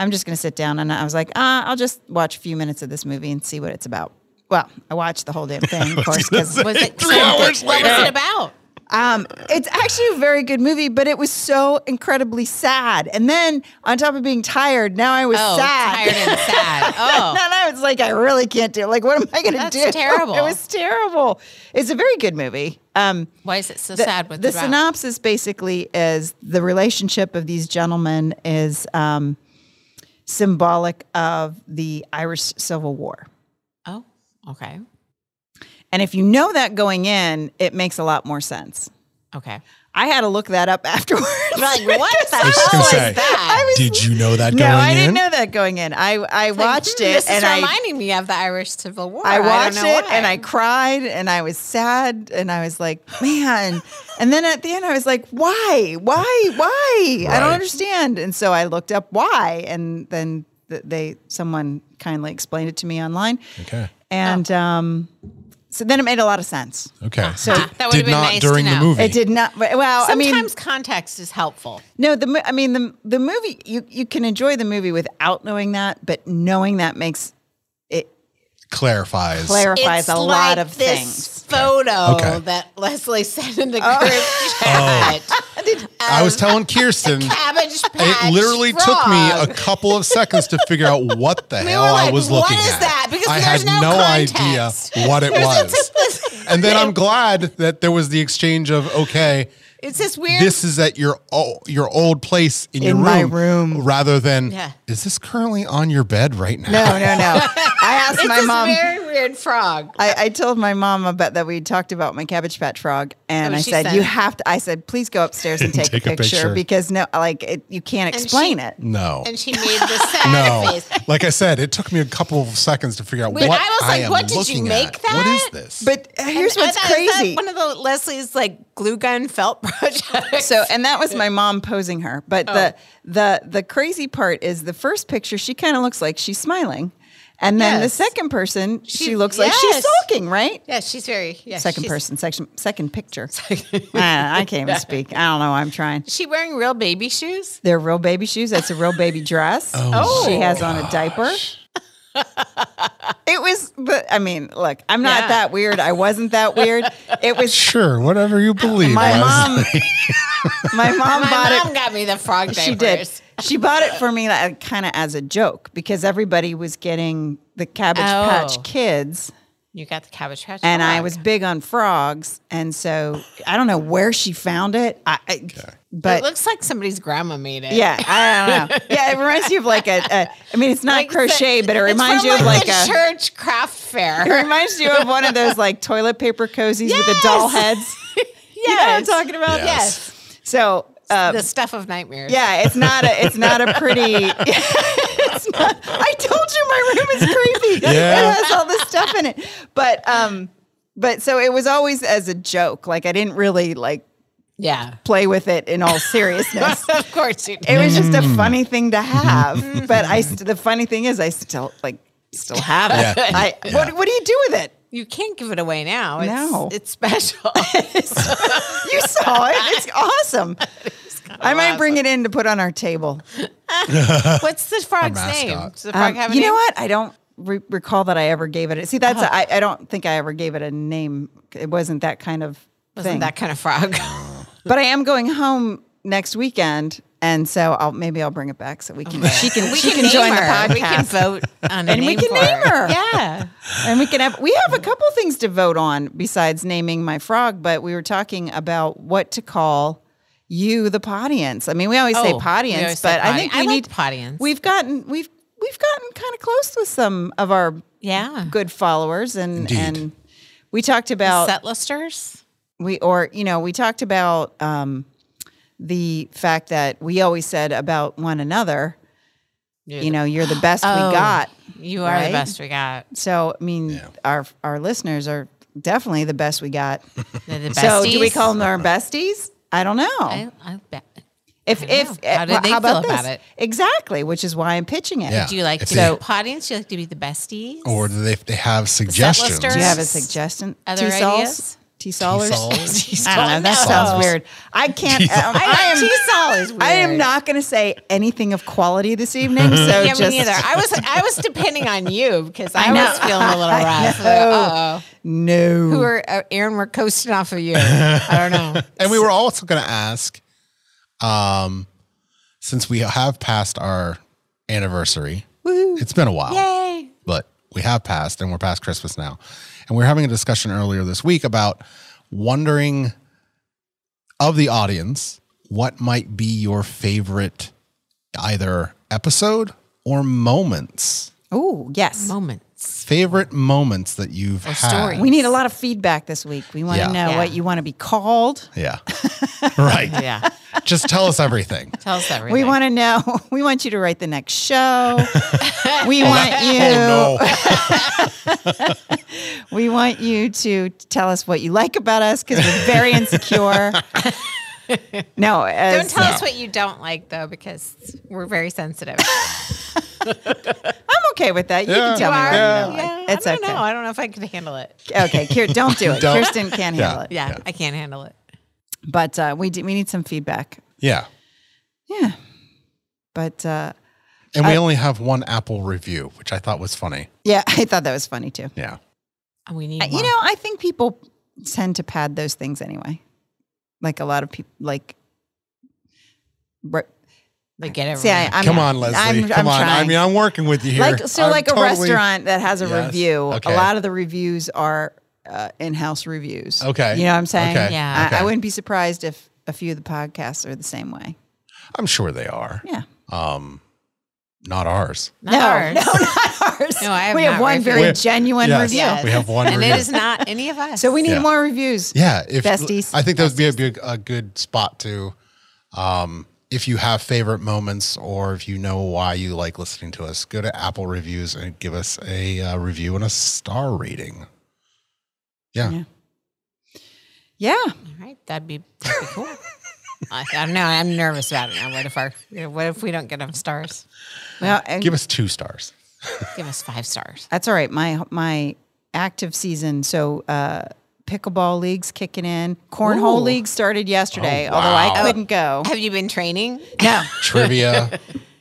S1: I'm just going to sit down. And I was like, uh, I'll just watch a few minutes of this movie and see what it's about. Well, I watched the whole damn thing, of course, because
S3: Was it
S2: Two hours
S3: what was
S2: later.
S3: it about?
S1: um, it's actually a very good movie, but it was so incredibly sad. And then on top of being tired, now I was
S3: Oh,
S1: sad.
S3: tired and sad. Oh,
S1: And I was like, I really can't do. it. Like, what am I going to
S3: That's
S1: do?
S3: terrible.
S1: It was terrible. It's a very good movie. Um,
S3: why is it so
S1: the,
S3: sad? What's
S1: the
S3: it about?
S1: synopsis basically is the relationship of these gentlemen is um, symbolic of the Irish Civil War.
S3: Oh, okay,
S1: And if you know that going in, it makes a lot more sense.
S3: okay.
S1: I had to look that up afterwards.
S3: Like what the hell
S2: was just
S1: Oh,
S2: gonna
S3: is
S2: say,
S3: that?
S2: Did you know that
S1: no,
S2: going
S1: I didn't
S2: in?
S1: know that going in. I, I watched
S3: Hmm,
S1: it
S3: This is
S1: and I
S3: reminding me of the Irish Civil War.
S1: I
S3: don't
S1: watched
S3: know
S1: it and
S3: why.
S1: I cried and I was sad and I was like, man. and then at the end, I was like, why? Why? Why? I don't
S2: Right.
S1: understand. And so I looked up why, and then th- they someone kindly explained it to me online,
S2: Okay.
S1: and
S3: Oh.
S1: um, so then it made a lot of sense.
S2: Okay.
S1: So-
S2: Did-
S1: That
S3: would've
S2: did
S3: been
S2: not
S3: nice to
S2: during the
S3: know.
S2: movie.
S1: It did not. Well,
S3: Sometimes
S1: I mean,
S3: context is helpful.
S1: no. The mo- I mean the the movie. You you can enjoy the movie without knowing that, but knowing that makes it
S2: Clarifies.
S1: clarifies
S3: It's
S1: a
S3: like
S1: lot of
S3: this
S1: things. Oh.
S3: Photo
S2: Okay.
S3: that Leslie sent in the group chat.
S2: I was telling Kirsten.
S3: Cabbage patch.
S2: Oh. It literally took me
S3: Frog.
S2: a couple of seconds to figure out what the hell I
S3: like,
S2: was
S3: "What
S2: looking
S3: is
S2: at.
S3: that?" Because
S2: I
S3: there's
S2: had
S3: no
S2: no,
S3: context.
S2: idea what it was.
S3: this,
S2: and then I'm glad that there was the exchange of okay,
S3: it's this weird.
S2: this is at your o- your old place in, your
S1: In
S2: room,
S1: my room.
S2: rather than
S3: Yeah.
S2: is this currently on your bed right now?
S1: No, no, no. I asked my
S3: this
S1: mom.
S3: very weird frog.
S1: I, I told my mom about that we talked about my cabbage patch frog, and
S3: Oh,
S1: I
S3: she
S1: said,
S3: said-
S1: "You have to." I said, "Please go upstairs and take, a, picture, because no, like it, you can't
S3: she-
S1: explain it."
S2: No.
S3: And she made the sad
S2: no.
S3: face.
S2: Like I said, it took me a couple of seconds to figure out
S3: Wait,
S2: what
S3: I was like,
S2: am
S3: what did you
S2: looking
S3: make
S2: at.
S3: that?
S2: What is this?
S1: But here's
S3: And
S1: what's
S3: that- is that
S1: crazy.
S3: one of the Leslie's like glue gun felt projects.
S1: So, and that was my mom posing her. But the
S3: Oh.
S1: the the crazy part is the first picture. She kind of looks like she's smiling, and then the
S3: Yes.
S1: second person, she,
S3: She-
S1: looks like she's
S3: yes.
S1: talking, right?
S3: yeah, she's very yeah,
S1: Second
S3: she's-
S1: person, section, second picture. Uh, I, I can't even speak. I don't know. why I'm trying.
S3: Is she wearing real baby shoes?
S1: They're real baby shoes. That's a real baby dress.
S2: Oh,
S1: she has on a diaper. it was, but I mean, look, I'm not
S3: Yeah.
S1: that weird. I wasn't that weird. It was
S2: sure, whatever you believe.
S1: my
S2: Leslie.
S1: mom. My mom
S3: My
S1: bought
S3: mom
S1: it.
S3: got me the frog diapers.
S1: She did. She bought it for me like, kind of as a joke because everybody was getting the Cabbage
S3: Oh.
S1: Patch Kids,
S3: You got the cabbage patch.
S1: and I
S3: Frog.
S1: was big on frogs, and so I don't know where she found it. I, I
S3: It
S1: but
S3: looks like somebody's grandma made it.
S1: Yeah, I don't know. Yeah, it reminds you of like a. a I mean, it's not
S3: Like
S1: crochet,
S3: the-
S1: but it
S3: it's
S1: reminds
S3: from
S1: you of like,
S3: the
S1: a.
S3: church craft
S1: It
S3: fair.
S1: reminds you of one of those like toilet paper cozies with the doll heads. You know what I'm
S3: Yes.
S1: talking about?
S2: Yes.
S1: So, uh,
S3: the stuff of nightmares.
S1: yeah, it's not a. It's not a pretty. it's not, I told you my room is creepy.
S2: Yeah.
S1: It has all this stuff in it, but um, but so it was always as a joke. Like I didn't really like
S3: Yeah.
S1: play with it in all seriousness.
S3: of course you
S1: It
S3: did.
S1: was just a
S2: Mm.
S1: funny thing to
S2: Mm-hmm.
S1: have. but I, st- the funny thing is, I still like still have it.
S2: Yeah.
S1: I, What, what do you do with it?
S3: You can't give it away now. It's,
S1: No.
S3: It's special.
S1: You saw it. It's awesome. I might bring it in to put on our table.
S3: What's the frog's
S2: mascot.
S3: name? Does the frog
S1: Um,
S3: have a
S1: you know
S3: name? Oh.
S1: what? I don't re- recall that I ever gave it. A- See, that's a, I, I don't think I ever gave it a name. It wasn't that kind of
S3: Wasn't
S1: thing.
S3: that kind of frog?
S1: but I am going home next weekend, and so I'll maybe I'll bring it back so we can she can she can,
S3: name
S1: join the
S3: her.
S1: podcast.
S3: We can vote on a
S1: And we
S3: name
S1: can
S3: for
S1: name
S3: it.
S1: her.
S3: Yeah.
S1: and we can have we have a couple things to vote on besides naming my frog but we were talking about what to call you the podience i mean we always say
S3: Oh, we
S1: podience
S3: always say
S1: but i
S3: podi-
S1: think we
S3: I like
S1: need
S3: podience.
S1: we've gotten we've we've gotten kind of close with some of our
S3: Yeah.
S1: good followers and
S2: Indeed.
S1: and we talked about
S3: Settlisters.
S1: we or you know we talked about um the fact that we always said about one another you know you're the best
S3: Oh.
S1: we got
S3: You are
S1: right?
S3: the best we got.
S1: So I mean, our our listeners are definitely the best we got.
S3: They're the
S1: so do we
S3: besties.
S1: call them our besties? I don't know.
S3: I, I bet.
S1: if
S3: don't
S1: if
S3: know. How did
S1: well,
S3: they feel about
S1: this?
S3: it?
S1: Exactly, which is why I'm pitching it.
S2: Yeah.
S3: Do you like
S2: If
S3: to
S2: they-
S3: be podience? Do you like to be the besties?
S2: or do they, they have suggestions?
S3: listed?
S1: Do you have a
S3: Yes.
S1: suggestion?
S3: Other
S1: T-cells?
S3: ideas?
S1: T Solers.
S2: T-Solers?
S1: I don't know. That sounds weird. I can't. Um, I am.
S3: T-Sol is
S1: I am
S3: weird.
S1: not going to say anything of quality this evening. So
S3: Yeah,
S1: just
S3: me neither. I was I was depending on you because I,
S1: I know.
S3: was feeling a little rough. Uh oh.
S1: no.
S3: Who are uh, Aaron? We're coasting off of you. I don't know.
S2: And we were also going to ask, um, since we have passed our anniversary, it's been a while,
S3: Yay!
S2: but we have passed and we're past Christmas now. And we were having a discussion earlier this week about wondering of the audience what might be your favorite either episode or moments,
S1: Oh yes.
S3: Moments.
S2: favorite moments that you've had.
S3: story.
S1: We need a lot of feedback this week. We want
S2: Yeah.
S1: to know
S3: Yeah.
S1: what you want to be called.
S2: Yeah. right.
S3: Yeah.
S2: Just tell us everything.
S3: Tell us everything.
S1: We want to know. We want you to write the next show. we want you.
S2: Oh no.
S1: We want you to tell us what you like about us because we're very insecure. no,
S3: Don't
S1: as,
S3: tell us what you don't like though, because we're very sensitive.
S1: I'm okay with that. You
S2: Yeah.
S1: can tell me.
S2: You
S1: What
S2: are?
S1: you don't
S3: Yeah,
S1: like. It's
S3: I don't
S1: okay.
S3: know. I don't know if I could handle it.
S1: Okay, Kier, don't do it.
S2: Don't.
S1: Kirsten can't
S2: Yeah.
S1: handle it.
S3: Yeah,
S2: Yeah.
S3: I can't handle it.
S1: But uh, we do, we need some feedback.
S2: Yeah.
S1: Yeah. But uh,
S2: And we only have one Apple review, which I thought was funny.
S1: yeah, I thought that was funny too.
S2: Yeah.
S3: We need.
S1: Uh, You
S3: one.
S1: know, I think people tend to pad those things anyway. Like a lot of people, like. Right.
S3: like get everyone.
S1: See, I, I'm
S2: Come
S1: not-
S2: on, Leslie.
S1: I'm- I'm
S2: Come on. I
S1: trying.
S2: mean, I'm working with you here.
S1: Like so,
S2: I'm
S1: like a
S2: totally-
S1: restaurant that has a
S2: Yes.
S1: review.
S2: Okay.
S1: A lot of the reviews are uh, in-house reviews.
S2: Okay.
S1: you know what I'm saying?
S2: Okay.
S3: Yeah.
S1: I,
S2: Okay.
S1: I wouldn't be surprised if a few of the podcasts are the same way.
S2: I'm sure they are.
S1: Yeah.
S2: Um, not ours.
S3: Not
S1: no,
S3: ours.
S1: no, not ours.
S3: No, I have
S1: we have
S3: not
S1: one
S3: reviewed.
S1: very
S2: We're-
S1: genuine
S2: Yes.
S1: review.
S3: Yes.
S2: We have one
S3: and
S2: review.
S3: it is not any of us.
S1: So we need
S2: Yeah.
S1: more reviews.
S2: Yeah. If
S1: Besties.
S2: I think that would be a, big- a good spot to, um, if you have favorite moments or if you know why you like listening to us, go to Apple reviews and give us a uh, review and a star rating. Yeah.
S1: Yeah. Yeah.
S3: All right, that'd be, that'd be cool. I, I don't know. I'm nervous about it now. What if our you know, what if we don't get enough stars?
S1: Well, and
S2: Give us two stars.
S3: Give us five stars.
S1: That's all right. My my active season. So uh, pickleball leagues kicking in. Cornhole
S3: Ooh.
S1: league started yesterday,
S2: Oh,
S1: although
S2: wow.
S1: I couldn't go.
S3: Have you been training?
S1: No
S2: Trivia.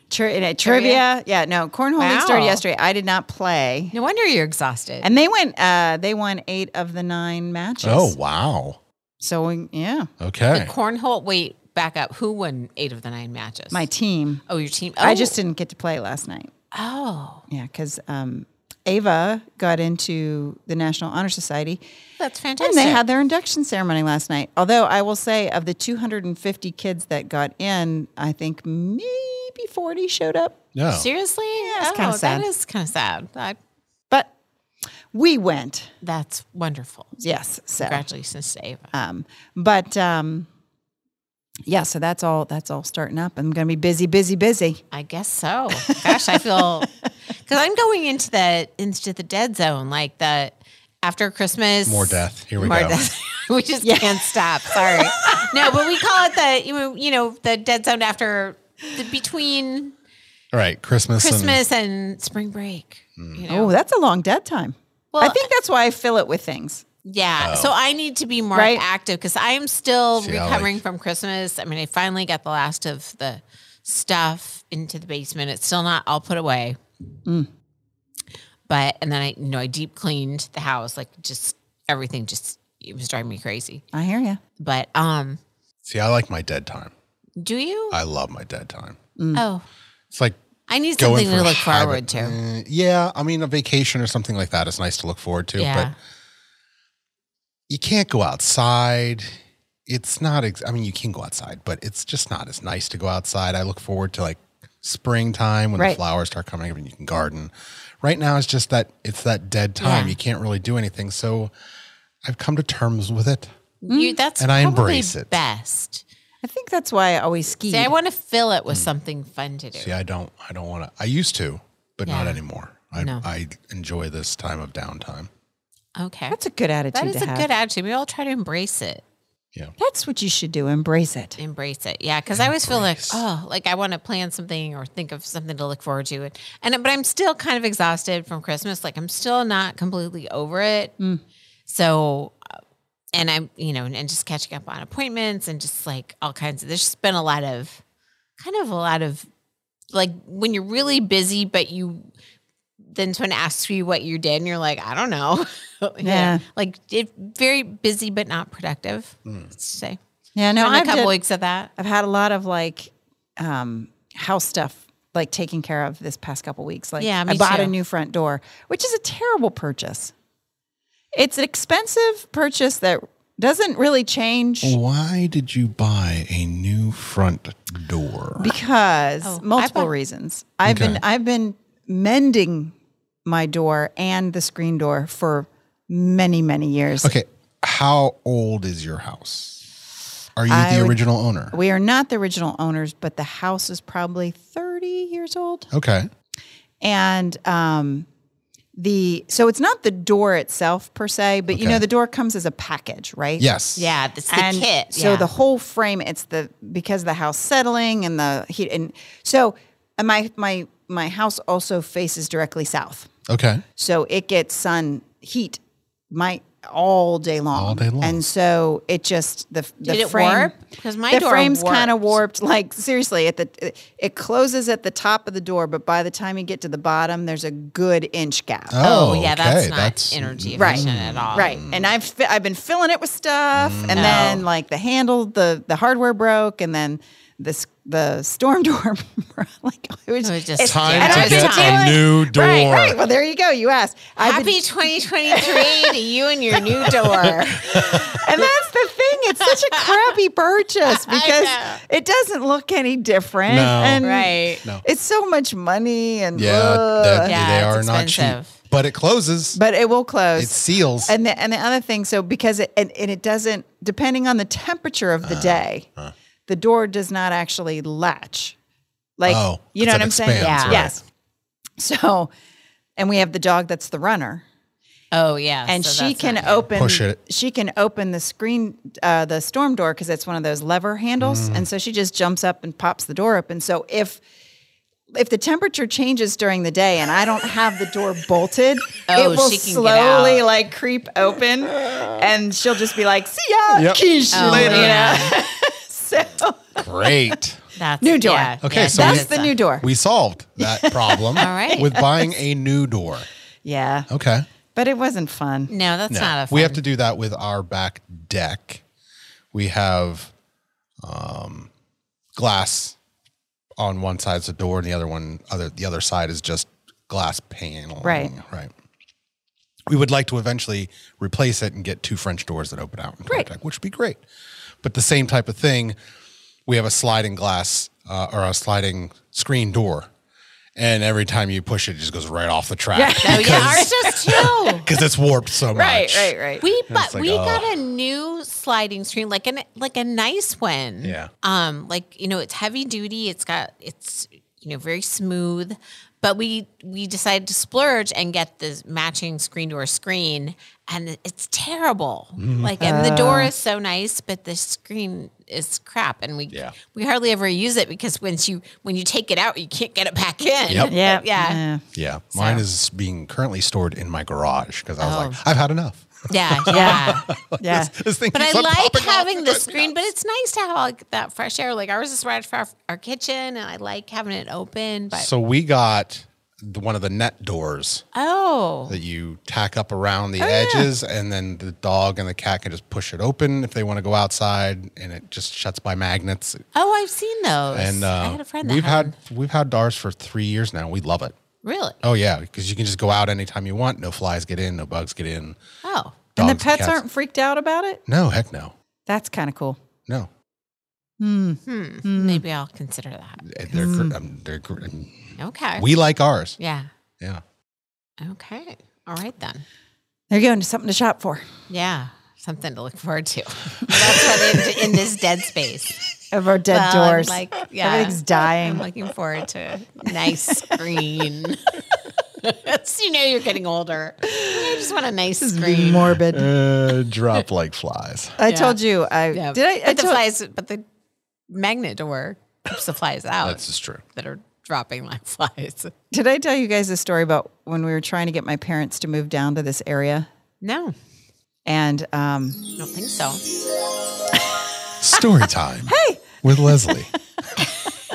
S1: Tri- uh, trivia. Yeah, no cornhole league started
S3: Wow.
S1: yesterday. I did not play,
S3: No wonder you're exhausted.
S1: and they went. Uh, they won eight of the nine matches.
S2: oh, wow.
S1: so we- yeah,
S2: Okay.
S3: the cornhole. Wait, back up. Who won eight of the nine matches?
S1: my team.
S3: oh, your team.
S1: I
S3: Oh.
S1: just didn't get to play last night.
S3: Oh,
S1: Yeah, because um, Ava got into the National Honor Society.
S3: that's
S1: And
S3: fantastic.
S1: they had their induction ceremony last night. Although I will say, of the 250 kids that got in, I think maybe 40 showed up.
S2: No.
S3: seriously. Yeah,
S1: Oh. it's kinda sad.
S3: That is kind of sad. I,
S1: But we went,
S3: that's wonderful.
S1: yes. So,
S3: Congratulations to Ava.
S1: um, but um, yeah, so that's all. That's all starting up. I'm going to be busy, busy, busy.
S3: I guess so. Gosh, I feel because I'm going into the into the dead zone, like the after Christmas.
S2: More death. Here we
S3: More
S2: go.
S3: death. we just can't stop. Sorry. no, but we call it the you know, you know the dead zone after the between
S2: All right. Christmas. and-
S3: Christmas and spring break.
S2: Mm.
S3: You know?
S1: Oh, that's a long dead time. Well, I
S3: Well-
S1: think that's why I fill it with things.
S3: Yeah. So I need to be more
S1: Right?
S3: active because I am still
S2: Oh. See, I like-
S3: recovering from Christmas. I mean, I finally got the last of the stuff into the basement. It's still not all put away.
S1: Mm.
S3: But, and then I, you know, I deep cleaned the house, like just everything just, it was driving me crazy.
S1: I hear you.
S3: But, um,
S2: See, I like my dead time.
S3: do you?
S2: I love my dead time.
S1: Mm.
S3: oh,
S2: It's like
S3: I need
S2: going
S3: something
S2: for
S3: to look
S2: high-
S3: forward to.
S2: Mm, yeah, I mean a vacation or something like that is nice to look forward to,
S3: Yeah.
S2: but you can't go outside. It's not. Ex- I mean, you can go outside, but it's just not as nice to go outside. I look forward to like springtime when the
S1: Right.
S2: flowers start coming up and you can garden. Right now, it's just that it's that dead time.
S3: Yeah.
S2: You can't really do anything. So I've come to terms with it.
S3: You,
S1: Mm.
S3: that's
S2: And I
S3: probably
S2: embrace it.
S3: best.
S1: I think that's why I always ski.
S3: See, I want to fill it with something fun to do.
S2: Mm. See, I don't. I don't want to. I used to, but not
S3: Yeah.
S2: anymore. I,
S3: No.
S2: I enjoy this time of downtime.
S3: Okay.
S1: that's a good attitude.
S3: That is
S1: to
S3: a
S1: have.
S3: good attitude. We all try to embrace it.
S2: Yeah.
S1: That's what you should do. Embrace it.
S3: Embrace it. Yeah. Cause I always feel like,
S2: Embrace.
S3: oh, like I want to plan something or think of something to look forward to. And, and but I'm still kind of exhausted from Christmas. Like I'm still not completely over it. So uh, and I'm, you know, and just catching up on appointments and just like all kinds of, there's just been a lot of, kind of a lot of, like when you're really busy, but you, then someone asks you what you did and you're like, I don't know.
S1: Yeah.
S3: Like it, very busy, but not productive. let's Say,
S1: Yeah, no,
S3: no,
S1: I've,
S3: a couple
S1: did-
S3: weeks of that.
S1: I've had a lot of like um, house stuff like taken care of this past couple weeks. Like
S3: Yeah,
S1: I
S3: me
S1: bought a
S3: too.
S1: new front door, which is a terrible purchase. It's an expensive purchase that doesn't really change
S2: Oh. Why did you buy a new front door?
S1: because
S3: Oh, I
S1: multiple
S3: bought-
S1: reasons. I've been
S2: Okay.
S1: I've been mending my door and the screen door for many many years.
S2: Okay, how old is your house? Are you
S1: I
S2: the
S1: would-
S2: original owner?
S1: We are not the original owners, but the house is probably 30 years old.
S2: Okay.
S1: and um, the so it's not the door itself per se, but you
S2: Okay.
S1: know the door comes as a package, right?
S2: Yes.
S3: Yeah. That's the
S1: And
S3: kit.
S1: so
S3: yeah.
S1: the whole frame, it's the because of the house settling and the heat, and so and my my my house also faces directly south,
S2: Okay.
S1: so it gets sun heat my all day long,
S2: All day long.
S1: and so it just the the
S3: Did it
S1: frame.
S3: warp? Because my
S1: the
S3: door
S1: frame's kind of
S3: warped.
S1: warped. Like seriously, at the it, it closes at the top of the door, but by the time you get to the bottom, there's a good inch gap.
S3: Oh, yeah, that's
S2: okay,
S3: not energy
S1: Right.
S3: efficient at all.
S1: Right, and I've fi- I've been filling it with stuff,
S2: Mm.
S1: and
S3: No.
S1: then like the handle, the the hardware broke, and then this the storm door, like it was,
S3: It was just-
S1: it's-
S2: Time
S1: and
S3: to
S1: I've been
S3: get
S1: dealing-
S3: a
S2: new
S1: Right,
S2: door.
S1: right. Well, there you go. You asked. I've been-
S3: Happy 2023 to you and your new door.
S1: and that's the thing. It's such a crappy purchase because
S3: know.
S1: it doesn't look any different.
S2: No.
S1: And
S3: right.
S2: No.
S1: It's so much money and
S2: Yeah,
S1: ugh.
S2: that-
S3: Yeah,
S2: they
S3: it's
S2: are not
S3: expensive.
S2: cheap. But it closes.
S1: but it will close.
S2: it seals.
S1: and the and the other thing, so because it and, and it doesn't depending on the temperature of
S2: Uh-huh.
S1: the day, the door does not actually latch. Like
S2: Oh,
S1: you know
S2: 'cause
S1: what
S2: it
S1: I'm saying?
S2: expands,
S3: Yeah. right.
S1: Yes. So, and we have the dog that's the runner,
S3: Oh yeah.
S1: and
S3: so
S1: she
S3: that's
S1: can
S3: not good.
S1: open
S2: Push it.
S1: She can open the screen, uh, the storm door because it's one of those lever handles,
S2: Mm.
S1: and so she just jumps up and pops the door open. So if if the temperature changes during the day and I don't have the door bolted,
S3: Oh,
S1: it will
S3: she can get
S1: slowly
S3: out.
S1: like creep open, and she'll just be like, "See ya,
S2: Yep.
S1: quiche
S3: Oh,
S1: later."
S3: yeah.
S1: So
S2: Great.
S3: That's
S1: New door.
S3: yeah,
S2: Okay,
S3: yeah,
S2: so
S3: that
S2: we-
S1: that's
S3: is
S1: the
S3: a-
S1: new door.
S2: We solved that problem
S3: All right.
S2: with buying a new door.
S1: yeah,
S2: Okay.
S1: but it wasn't fun.
S3: No, that's
S2: No,
S3: not a. Fun.
S2: we have to do that with our back deck. We have um, glass on one side's the door, and the other one, other the other side is just glass panel.
S1: Right.
S2: right. We would like to eventually replace it and get two French doors that open out into our
S1: Right.
S2: deck, which would be great. But the same type of thing, we have a sliding glass uh, or a sliding screen door, and every time you push it, it just goes right off the track
S3: Oh yeah, ours does too.
S2: because it's warped so much.
S1: right.
S3: We but
S2: like,
S3: we
S2: oh.
S3: got a new sliding screen, like an like a nice one.
S2: Yeah.
S3: Um, like you know, it's heavy duty. It's got it's you know very smooth. But we we decided to splurge and get the matching screen door screen, and it's terrible.
S2: Mm-hmm.
S3: Like, and the door is so nice, but the screen is crap, and we
S2: Yeah.
S3: we hardly ever use it because once you when you take it out, you can't get it back in.
S2: Yep.
S1: Yeah,
S3: yeah,
S2: Yeah, mine is being currently stored in my garage because I was
S3: Oh.
S2: like, I've had enough.
S3: yeah, yeah.
S1: Yeah. yeah.
S2: This thing
S3: But I
S2: keeps on
S3: like
S2: popping off.
S3: having the screen, but it's nice to have like that fresh air. Like ours is right for our, our kitchen, and I like having it open. But
S2: So we got the, one of the net doors
S3: oh,
S2: that you tack up around the edges, and then the dog and the cat can just push it open if they want to go outside, and it just shuts by magnets.
S3: oh, I've seen those.
S2: And uh,
S3: I had a friend that
S2: we've
S3: had,
S2: had we've had ours for three years now. We love it.
S3: really.
S2: Oh yeah, because you can just go out anytime you want. No flies get in. No bugs get in.
S3: Oh,
S1: And the
S2: Dogs
S1: pets
S2: cats-
S1: aren't freaked out about it.
S2: No, heck no,
S1: That's kind of cool.
S2: no.
S3: hmm. maybe I'll consider that.
S2: They're,
S3: Mm.
S2: gr- um, they're, gr-
S3: Okay.
S2: we like ours.
S3: yeah.
S2: Yeah.
S3: Okay. All right then.
S1: There you go. Something to shop for.
S3: Yeah, something to look forward to. That's what in, in this dead space.
S1: of our dead
S3: Well, I'm
S1: doors.
S3: Like yeah,
S1: Everything's dying.
S3: I'm looking forward to a nice screen. It's- you know you're getting older. You just want a nice screen.
S1: morbid.
S2: Uh, drop like flies.
S1: I
S3: Yeah.
S1: told you. I
S3: Yeah.
S1: did. I,
S3: but
S1: I
S3: the
S1: told,
S3: flies, but the magnet door keeps the flies out
S2: That's just true.
S3: that are dropping like flies.
S1: did I tell you guys the story about when we were trying to get my parents to move down to this area?
S3: No,
S1: And um,
S3: I don't think so.
S2: Story time. hey. With Leslie.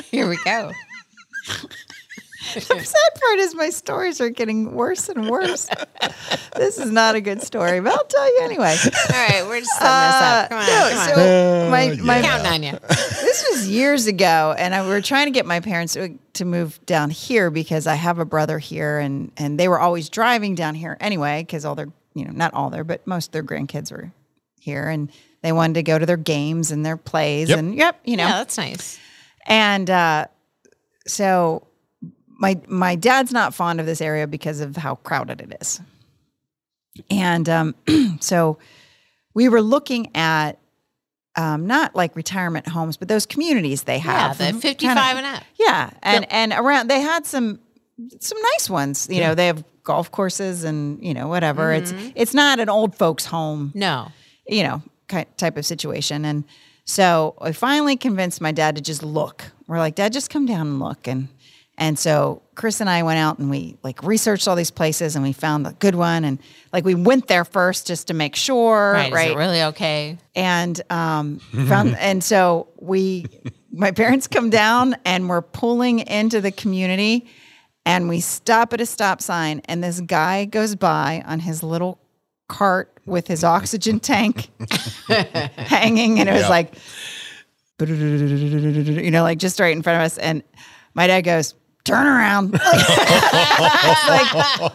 S3: Here we go.
S1: the sad part is my stories are getting worse and worse. this is not a good story, but I'll tell you anyway. Uh,
S3: All right, we're just setting this up. Come on,
S1: no,
S3: come on.
S1: so my,
S2: Uh,
S1: my
S2: yeah.
S3: counting on you.
S1: this was years ago, and I, we were trying to get my parents to- to move down here because I have a brother here, and and they were always driving down here anyway because all their you know not all their but most of their grandkids were here, and they wanted to go to their games and their plays,
S2: Yep.
S1: and yep, you know,
S3: Yeah, that's nice.
S1: and uh, so my my dad's not fond of this area because of how crowded it is. And um, so we were looking at um, not like retirement homes, but those communities they
S3: Yeah,
S1: have.
S3: the
S1: Kinda-
S3: 55 and up.
S1: yeah, and and around they had some some nice ones. You know, they have golf courses and you know whatever.
S3: Mm-hmm.
S1: It's it's not an old folks home
S3: No.
S1: you know, ki- type of situation. And so I finally convinced my dad to just look. We're like, Dad, just come down and look. And and so Chris and I went out and we like researched all these places and we found the good one. And like we went there first just to make sure,
S3: Right.
S1: right?
S3: Is it really okay?
S1: and um, found, and so we, my parents come down and we're pulling into the community, and we stop at a stop sign, and this guy goes by on his little cart with his oxygen tank hanging, and it was
S2: Yeah.
S1: like, you know, like just right in front of us, and my dad goes. Turn around! It's like,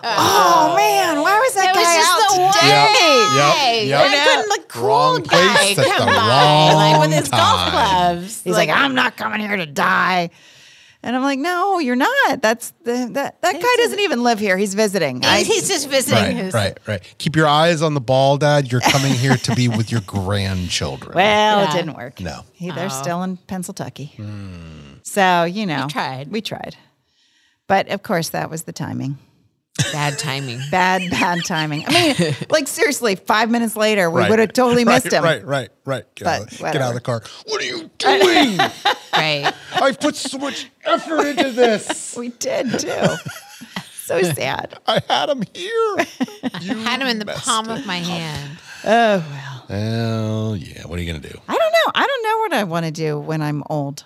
S1: oh man, why was that,
S3: That was
S1: guy
S3: just
S1: out
S3: the
S1: today?
S3: one
S2: Yep,
S3: Hey,
S2: yep.
S3: why couldn't the cool
S2: Wrong place
S3: guy
S2: at the
S3: come by?
S2: wrong
S3: like with his golf
S2: time.
S3: clubs.
S1: He's like, I'm not coming here to die. And I'm like, no, you're not. That's the, that that guy doesn't even live here. He's visiting. I,
S3: he's just visiting
S2: Right,
S3: his.
S2: right, right. Keep your eyes on the ball, Dad. You're coming here to be with your grandchildren.
S1: well,
S3: Yeah. Oh.
S1: it didn't work.
S2: No. Hmm.
S1: He, they're still in Pennsylvania. So you know, we
S3: tried.
S1: We tried, but of course that was the timing.
S3: Bad timing.
S1: Bad, bad timing. I mean, like seriously, five minutes later, we
S2: Right.
S1: would have totally
S2: Right,
S1: missed him.
S2: Right, right, right. Get,
S1: But
S2: out, of, get out of
S1: whatever.
S2: the car. What are you doing?
S3: right.
S2: I've put so much effort into this.
S1: We did too. so sad.
S2: I had him here. You
S3: Had him in the
S2: messed
S3: palm
S2: it.
S3: of my hand.
S1: Oh well.
S2: Hell yeah. What are you going to do?
S1: I don't know. I don't know what I want to do when I'm old.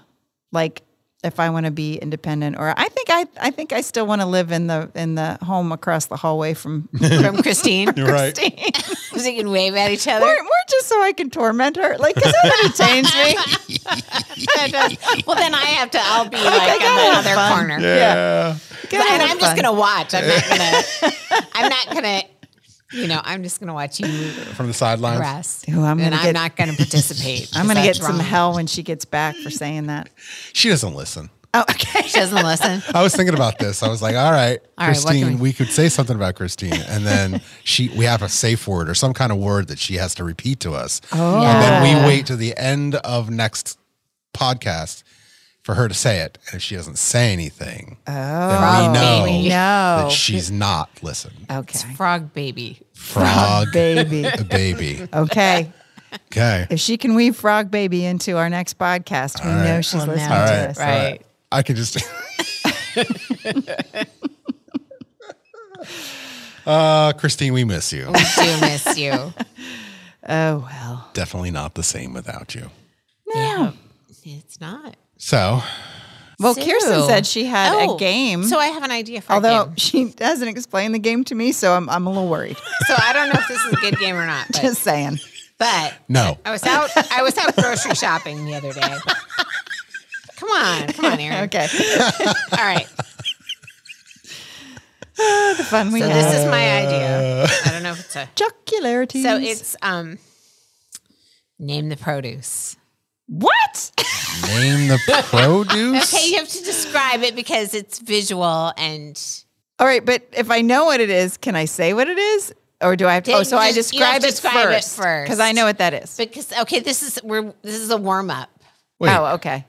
S1: Like if I want to be independent or I think I I think I still want to live in the in the home across the hallway from
S3: From Christine.
S2: You're right.
S3: so you can wave at each other.
S1: more, more just so I can torment her. Like cuz that entertains me.
S3: well, then I have to. I'll be
S1: I
S3: like in
S1: gotta
S3: the
S1: have
S3: other
S1: fun.
S3: corner.
S2: Yeah.
S1: Gotta
S3: and
S1: have
S3: I'm just
S1: fun.
S3: gonna watch. I'm not gonna. I'm not gonna. You know, I'm just gonna watch you
S2: From the sidelines.
S3: rest,
S1: Ooh, I'm
S3: and
S1: gonna
S3: I'm
S1: get-
S3: not gonna participate.
S1: I'm going to get
S3: because that's
S1: some
S3: wrong.
S1: hell when she gets back for saying that.
S2: She doesn't listen.
S1: Oh, okay.
S3: She doesn't listen.
S2: I was thinking about this. I was like, all right,
S3: All right, what
S2: Christine,
S3: can
S2: we-, could say something about Christine. And then she we have a safe word or some kind of word that she has to repeat to us.
S1: Oh.
S2: And then
S3: Yeah.
S2: we wait to the end of next podcast for her to say it. And if she doesn't say anything, then we know,
S1: Oh. we know.
S2: that she's not listening.
S1: Okay.
S3: Frog baby.
S2: Frog
S1: Baby.
S2: baby.
S1: Okay.
S2: Okay.
S1: If she can weave Frog Baby into our next podcast, we know she's
S3: Well,
S1: listening
S3: now-
S2: All
S1: to
S2: right.
S1: us.
S2: all right.
S3: Right.
S2: I could just. uh, Christine, we miss you.
S3: We do miss you.
S1: Oh, well.
S2: Definitely not the same without you.
S3: Yeah, it's not.
S2: So,
S1: Well,
S3: So-
S1: Kirsten said she had
S3: Oh,
S1: a game.
S3: So I have an idea for a
S1: Although
S3: game.
S1: she doesn't explain the game to me, so I'm, I'm a little worried.
S3: So I don't know if this is a good game or not. But,
S1: Just saying.
S3: but
S2: no.
S3: I was out. I was out grocery shopping the other day. Come on, come on, Aaron.
S1: Okay.
S3: All right.
S1: the fun we
S3: So
S1: have.
S3: this is my
S1: Uh.
S3: idea. I don't know if it's a.
S1: Jocularity.
S3: So it's um, name the produce.
S1: what?
S2: Name the produce.
S3: Okay, you have to describe it because it's visual and.
S1: All right, but if I know what it is, can I say what it is, or do I have to?
S3: Yeah,
S1: Oh, so I
S3: you just- you
S1: describe
S3: have
S1: it
S3: to describe it
S1: first
S3: first.
S1: because I know what that is.
S3: Because okay, this is we're this is a warm up.
S2: Wait,
S1: Oh, okay.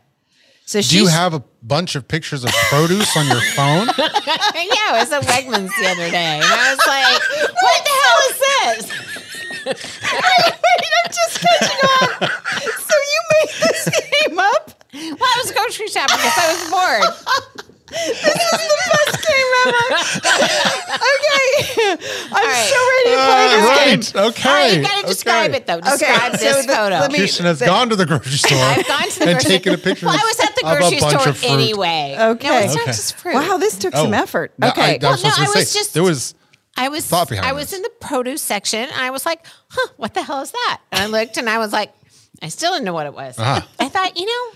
S1: So
S2: do you
S1: she's-
S2: have a bunch of pictures of produce on your phone?
S3: I know, I was at Wegmans the other day, and I was like, "What the hell is this?"
S1: Wait, I'm just catching on. so you made this game up.
S3: Well, I was grocery shopping because I was bored.
S1: This is the best game ever. okay. I'm so ready to play this
S2: Uh,
S1: game.
S2: right. Okay.
S3: All right, you gotta describe
S2: okay.
S3: it though. Describe
S1: so
S3: this
S1: the-
S3: photo.
S1: let me-
S2: Kirsten has
S1: the-
S2: gone to the grocery store
S3: I've gone to the
S2: and
S3: grocery
S2: taken a picture.
S3: Well, I was at the
S2: of a
S3: grocery
S2: bunch of
S3: store
S2: fruit.
S3: anyway. No,
S1: Okay.
S3: it's
S2: Okay.
S3: not just fruit.
S1: Wow, this took
S2: Oh,
S1: some effort.
S2: no,
S1: okay.
S2: I,
S3: Well,
S2: that's what
S3: no,
S2: I was,
S3: I
S2: gonna
S3: was
S2: say.
S3: just-
S2: there was
S3: I was
S2: thought behind
S3: I was
S2: this.
S3: in the produce section and I was like, huh, what the hell is that? And I looked and I was like, I still didn't know what it was.
S2: Uh-huh.
S3: I thought, you know,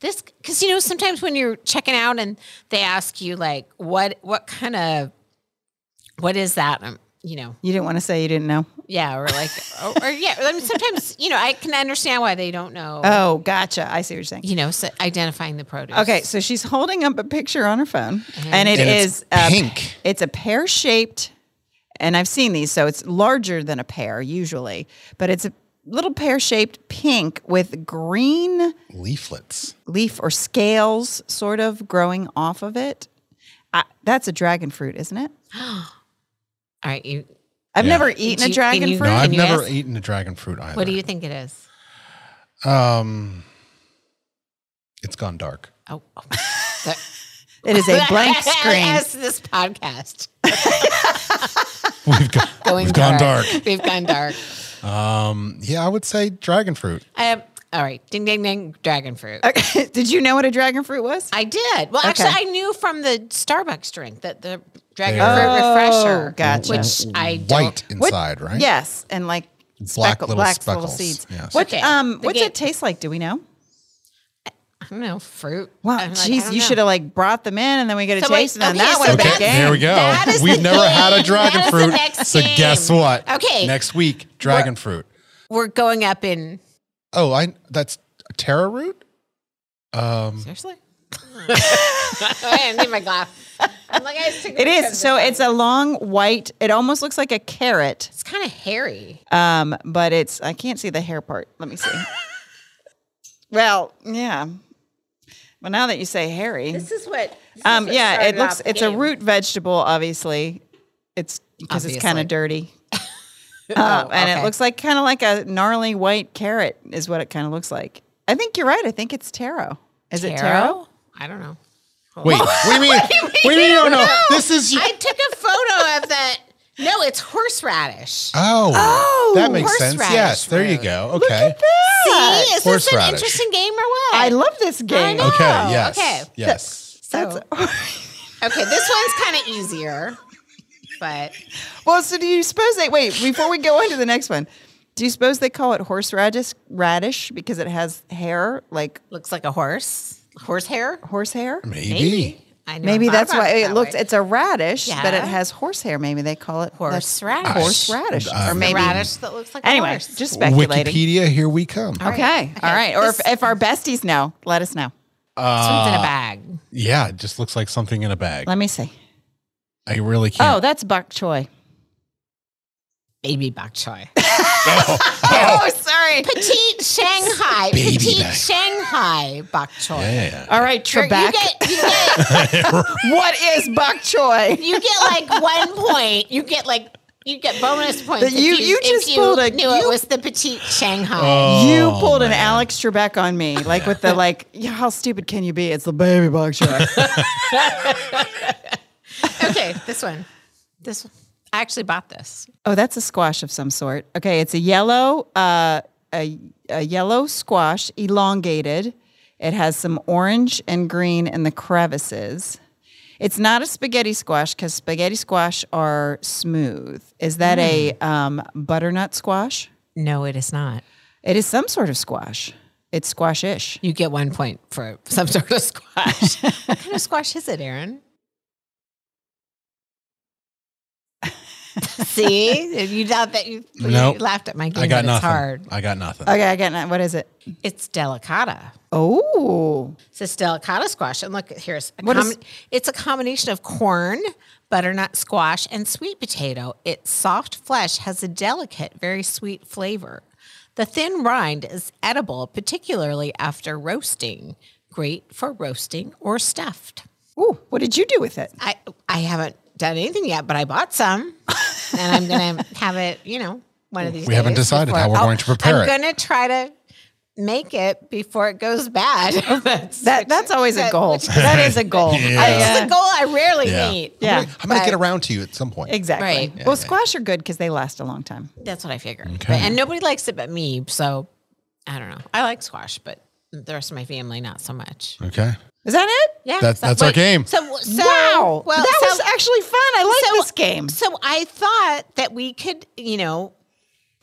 S3: this because you know sometimes when you're checking out and they ask you like what what kind of what is that um, you know
S1: You didn't want to say you didn't know.
S3: yeah or like oh, or, or yeah I mean sometimes you know I can understand why they don't know
S1: Oh, gotcha. I see what you're saying.
S3: you know so identifying the produce
S1: Okay, so she's holding up a picture on her phone,
S3: Mm-hmm.
S1: and it
S2: And it's
S1: is a-
S2: pink.
S1: it's a pear shaped, and I've seen these, so it's larger than a pear usually, but it's a little pear shaped pink with green
S2: leaflets.
S1: leaf or scales sort of growing off of it. I, that's a dragon fruit, isn't it?
S3: all right you
S1: I've
S2: Yeah.
S1: never eaten
S3: you-
S1: a
S3: can
S1: dragon
S3: you-
S1: fruit.
S2: No,
S3: Can
S2: I've
S3: you
S2: never
S3: ask-
S2: eaten a dragon fruit either.
S3: what do you think it is
S2: Um, it's gone dark.
S3: oh, oh. The-
S1: It is a blank screen.
S3: As this podcast
S2: We've, got,
S3: going
S2: we've gone dark.
S3: We've gone dark.
S2: Um, yeah, I would say dragon fruit.
S3: Um, all right, ding ding ding, dragon fruit.
S1: Okay. Did you know what a dragon fruit was?
S3: I did. Well,
S1: Okay.
S3: actually, I knew from the Starbucks drink that the dragon
S2: There.
S3: fruit
S1: Oh,
S3: refresher,
S1: gotcha.
S3: which I
S2: White
S3: don't.
S1: What-
S2: inside, right?
S1: Yes, and like
S2: Black
S1: speckle-
S2: little
S1: black
S2: speckles,
S1: seeds.
S2: yes.
S1: What
S3: Okay.
S1: um
S3: The
S1: what's
S3: ga-
S1: it taste like? Do we know?
S3: I don't know fruit.
S1: Wow,
S3: I'm like, I
S1: jeez,
S3: don't
S1: you
S3: know.
S1: should have like brought them in, and then we get a
S3: So wait,
S1: taste, and then
S3: okay,
S1: that
S3: so
S1: would have been
S3: that's-
S1: a game.
S2: There we go.
S3: That is
S2: We've
S3: the
S2: never had a
S3: game.
S2: dragon
S3: That is the
S2: fruit.
S3: next
S2: so
S3: game.
S2: guess what?
S3: Okay.
S2: Next week, dragon fruit.
S3: We're going up in
S2: Oh, I that's Terra root?
S3: seriously. I need my glass. I'm like, I just took a
S1: It
S3: picture of
S1: is.
S3: this
S1: So
S3: one.
S1: it's a long white. It almost looks like a carrot,
S3: it's kind of hairy.
S1: um, but it's I can't see the hair part. Let me see. well, yeah. Well, now that you say hairy,
S3: This is what. this is
S1: um,
S3: what
S1: yeah, it
S3: started
S1: looks.
S3: off the
S1: It's a
S3: game.
S1: root vegetable, obviously. It's because it's kind
S3: Obviously.
S1: of dirty,
S3: Oh,
S1: um, and
S3: okay.
S1: it looks like kind of like a gnarly white carrot is what it kind of looks like. I think you're right. I think it's taro. Is it taro?
S3: I don't know. Oh.
S2: Wait, what do you mean? What do you mean you don't know? This is
S3: I took a photo of that. No, it's horseradish.
S2: Oh, that makes
S3: horseradish
S2: sense. Yes, there you
S3: root.
S2: go. Okay.
S3: See, is this an
S2: Horseradish.
S3: interesting game or what?
S1: I love this game.
S3: know.
S2: Okay.
S3: Oh,
S2: Yes.
S3: okay.
S2: Yes.
S1: That's-
S3: Okay, this one's kind of easier, but
S1: Well, so do you suppose they wait before we go on to the next one? Do you suppose they call it horseradish radish because it has hair like
S3: looks like a horse, horse hair.
S1: horsehair?
S2: Maybe.
S3: I never
S1: Maybe
S3: thought
S1: that's
S3: about
S1: why it
S3: that
S1: looks.
S3: way.
S1: It's a radish, but it
S3: Yeah.
S1: has horsehair. Maybe they call it that's
S3: Horseradish.
S1: Horseradish,
S2: Uh,
S1: or maybe
S3: radish that looks like a
S1: anyway.
S3: horse.
S1: Just speculating.
S2: Wikipedia, here we come.
S3: All right.
S1: Okay, all right. Or if,
S3: This-
S1: if our besties know, let us know.
S3: This one's in a bag.
S2: Yeah, it just looks like something in a bag.
S1: Let me see.
S2: I really can't.
S1: Oh, that's bok choy.
S3: Baby bok choy.
S1: Oh, sorry.
S3: Petite Shanghai.
S2: Baby
S3: Petite
S2: bag.
S3: Shanghai bok choy.
S2: Yeah.
S1: All right,
S3: You're- You
S1: Trebek.
S3: get, you get
S1: what is bok choy?
S3: You get like one point. You get like you get bonus points.
S1: But
S3: if
S1: you- you just
S3: if you
S1: pulled a-
S3: knew it
S1: you-
S3: was the petite Shanghai.
S1: you
S2: Oh,
S1: pulled an
S2: man.
S1: Alex Trebek on me, like with the like. Yeah, how stupid can you be? It's the baby bok choy.
S2: Oh.
S3: Okay, this one. This one. I actually bought this.
S1: Oh, that's a squash of some sort. Okay, it's a yellow, uh, a, a yellow squash, elongated. It has some orange and green in the crevices. It's not a spaghetti squash because spaghetti squash are smooth. Is that
S2: Hmm.
S1: a um, butternut squash?
S3: No, it is not.
S1: It is some sort of squash. It's squash-ish.
S3: You get one point for some sort of squash. what kind of squash is it, Aaron? See, you doubt that you, you
S2: Nope.
S3: laughed at my game.
S2: I got
S3: but
S2: nothing.
S3: It's hard.
S2: I got nothing.
S1: Okay, I get it. What is it?
S3: It's delicata.
S1: Oh,
S3: It's a delicata squash. And look, here's a
S1: What
S3: com-
S1: is-
S3: it's a combination of corn, butternut squash, and sweet potato. Its soft flesh has a delicate, very sweet flavor. The thin rind is edible, particularly after roasting. Great for roasting or stuffed.
S1: ooh, what did you do with it?
S3: I I haven't done anything yet, but I bought some, and I'm gonna have it. You know, one of these.
S2: We haven't
S3: days
S2: decided
S3: before- Oh,
S2: how we're going to prepare
S3: I'm
S2: it.
S3: gonna try to make it before it goes bad. that's
S1: That that's always a
S3: that-
S1: goal.
S3: which-
S1: That is a goal.
S2: Yeah.
S1: I-
S3: It's a goal I rarely
S2: Yeah.
S3: meet.
S1: Yeah.
S2: I'm gonna- I'm going to
S3: But-
S2: get around to you at some point.
S1: Exactly.
S3: Right.
S1: well, squash are good because they last a long time.
S3: That's what I figured.
S2: Okay.
S3: But- and nobody likes it but me. So I don't know. I like squash, but the rest of my family, not so much.
S2: Okay.
S1: Is that it?
S3: Yeah.
S2: That-
S3: so-
S2: that's our
S3: wait,
S2: game.
S3: So, so
S1: wow.
S3: Well,
S1: that
S3: so-
S1: was actually fun. I like
S3: so-
S1: this game.
S3: So I thought that we could, you know,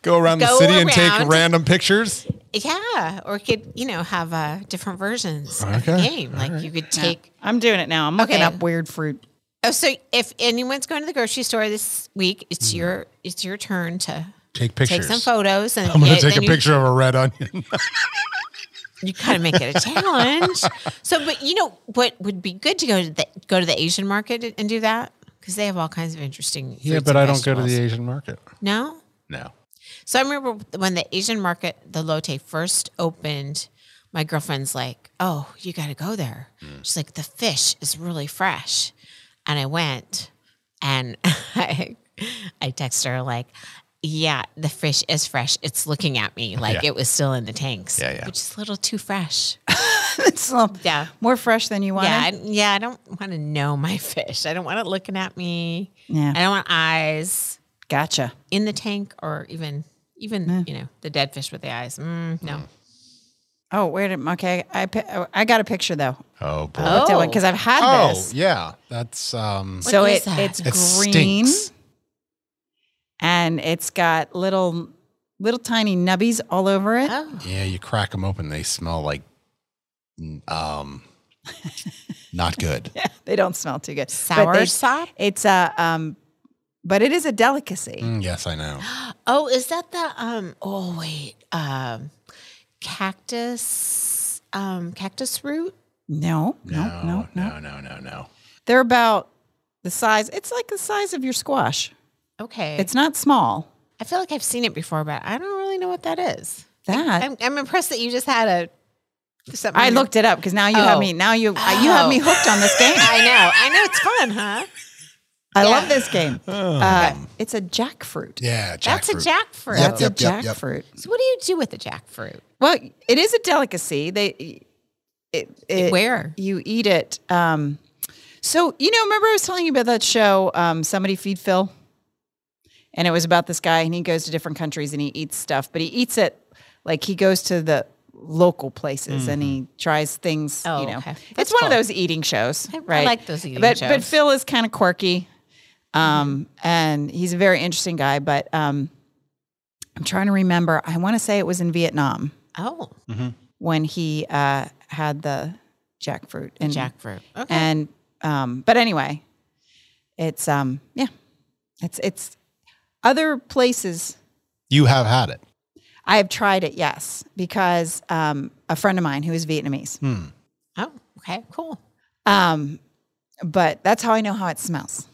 S2: Go around the
S3: Go
S2: city and take
S3: around.
S2: random pictures.
S3: yeah, or could, you know, have uh, different versions of the
S2: Okay.
S3: game. Like you could take.
S1: I'm doing it now. I'm looking
S3: Okay.
S1: up weird fruit.
S3: Oh, so if anyone's going to the grocery store this week,
S2: Hmm.
S3: it's your it's your turn to
S2: Take pictures.
S3: take some photos. And
S2: I'm going
S3: and
S2: to take a
S3: then you-
S2: picture of a red onion.
S3: You gotta make it a challenge. so, but you know what would be good to go to the go to the Asian market and do that because they have all kinds of interesting. fruits and vegetables.
S2: Asian market.
S3: no.
S2: No.
S3: So I remember when the Asian market, the Lotte first opened, my girlfriend's like, "Oh, you got to go there."
S2: Hmm.
S3: She's like, "The fish is really fresh," and I went, and I, I text her like. Yeah, the fish is fresh. It's looking at me like
S2: Yeah.
S3: it was still in the tanks,
S2: Yeah, yeah.
S3: which is a little too fresh.
S1: it's a little
S3: Yeah.
S1: more fresh than you want.
S3: Yeah, I, yeah. I don't want to know my fish. I don't want it looking at me.
S1: Yeah.
S3: I don't want eyes
S1: Gotcha.
S3: in the tank or even even you know the dead fish with the eyes. Mm, no.
S1: Oh, where did okay? I pi- I got a picture though.
S2: Oh, boy.
S3: Oh.
S1: because I've had
S2: Oh,
S1: this.
S2: yeah. That's um
S3: What
S1: so
S3: is
S1: it
S3: that?
S1: it's
S2: It
S1: green,
S2: stinks.
S1: and it's got little little tiny nubbies all over it.
S3: Oh,
S2: yeah, you crack them open they smell like mm, um not good.
S1: They don't smell too good.
S3: sour
S1: But they-
S3: sop.
S1: It's a um, but it is a delicacy.
S2: Mm, yes, I know.
S3: Oh, is that the um? Oh wait, um, cactus, um, cactus root.
S1: No, no, no, no.
S2: no, no, no, no.
S1: They're about the size. It's like the size of your squash.
S3: Okay,
S1: It's not small.
S3: I feel like I've seen it before, but I don't really know what that is.
S1: That
S3: I'm, I'm impressed that you just had a. Something
S1: I
S3: in-
S1: looked it up because now you have
S3: Oh.
S1: me. Now you uh, you have
S3: Oh.
S1: me hooked on this game.
S3: I know. I know it's fun, huh?
S1: I
S3: Yeah.
S1: love this game.
S2: Oh.
S1: Uh, it's a jackfruit.
S2: yeah,
S3: That's a
S2: jackfruit.
S3: jackfruit.
S2: Yep,
S1: That's
S2: yep,
S1: a
S2: yep, yep.
S1: jackfruit.
S3: So what do you do with the jackfruit?
S1: Well, it is a delicacy. They it, it,
S3: Where?
S1: you eat it. Um, so you know, remember I was telling you about that show, um, Somebody Feed Phil, and it was about this guy, and he goes to different countries and he eats stuff, but he eats it like he goes to the local places and he tries things.
S3: Mm-hmm. Oh,
S1: you know,
S3: okay.
S1: it's
S3: That's
S1: one of
S3: cool.
S1: those eating shows,
S3: I
S1: right?
S3: like those eating
S1: but, But
S3: shows. Mm-hmm.
S1: Phil is kind of quirky, um, and he's a very interesting guy. But um, I'm trying to remember. I want to say it was in Vietnam
S3: Oh,
S1: when he uh, had the jackfruit and
S3: jackfruit.
S1: Mm-hmm.
S3: Okay.
S1: and um, but anyway, it's um yeah, it's it's other places
S2: You have had it.
S1: I have tried it yes because um, a friend of mine who is Vietnamese
S2: Hmm.
S3: oh, okay. Cool.
S1: um, but that's how I know how it smells.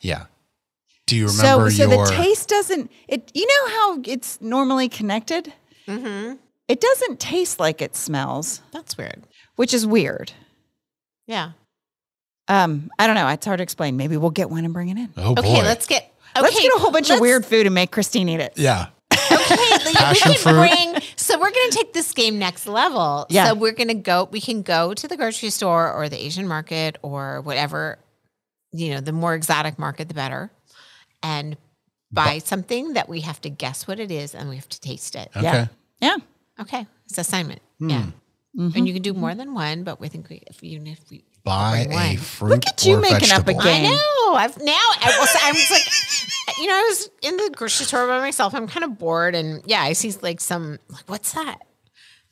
S2: Yeah. Do you remember
S1: so so
S2: your
S1: the taste doesn't it you know how it's normally connected
S3: Mm-hmm.
S1: it doesn't taste like it smells
S3: That's weird.
S1: which is weird
S3: Yeah.
S1: um i don't know it's hard to explain maybe we'll get one and bring it in
S2: Oh
S3: Okay.
S2: boy.
S3: Let's get. Okay,
S1: let's get a whole bunch of
S3: let's-
S1: weird food and make Christine eat it.
S2: yeah.
S3: Okay, we
S2: Passion
S3: can
S2: fruit.
S3: bring. So we're gonna take this game next level.
S1: Yeah.
S3: So we're gonna go. We can go to the grocery store or the Asian market or whatever. You know, the more exotic market, the better, and buy something that we have to guess what it is and we have to taste it.
S2: Okay.
S1: Yeah. Yeah.
S3: Okay, it's assignment. Yeah, and you can do more than one, but we think we, if even if we
S2: Buy
S3: Bring
S2: a
S3: wine.
S2: fruit
S1: Look at you
S2: or
S1: making up a
S2: vegetable.
S1: game.
S3: I know. I've now. I was, I was like, you know, I was in the grocery store by myself. I'm kind of bored, and yeah, I see like some like, what's that?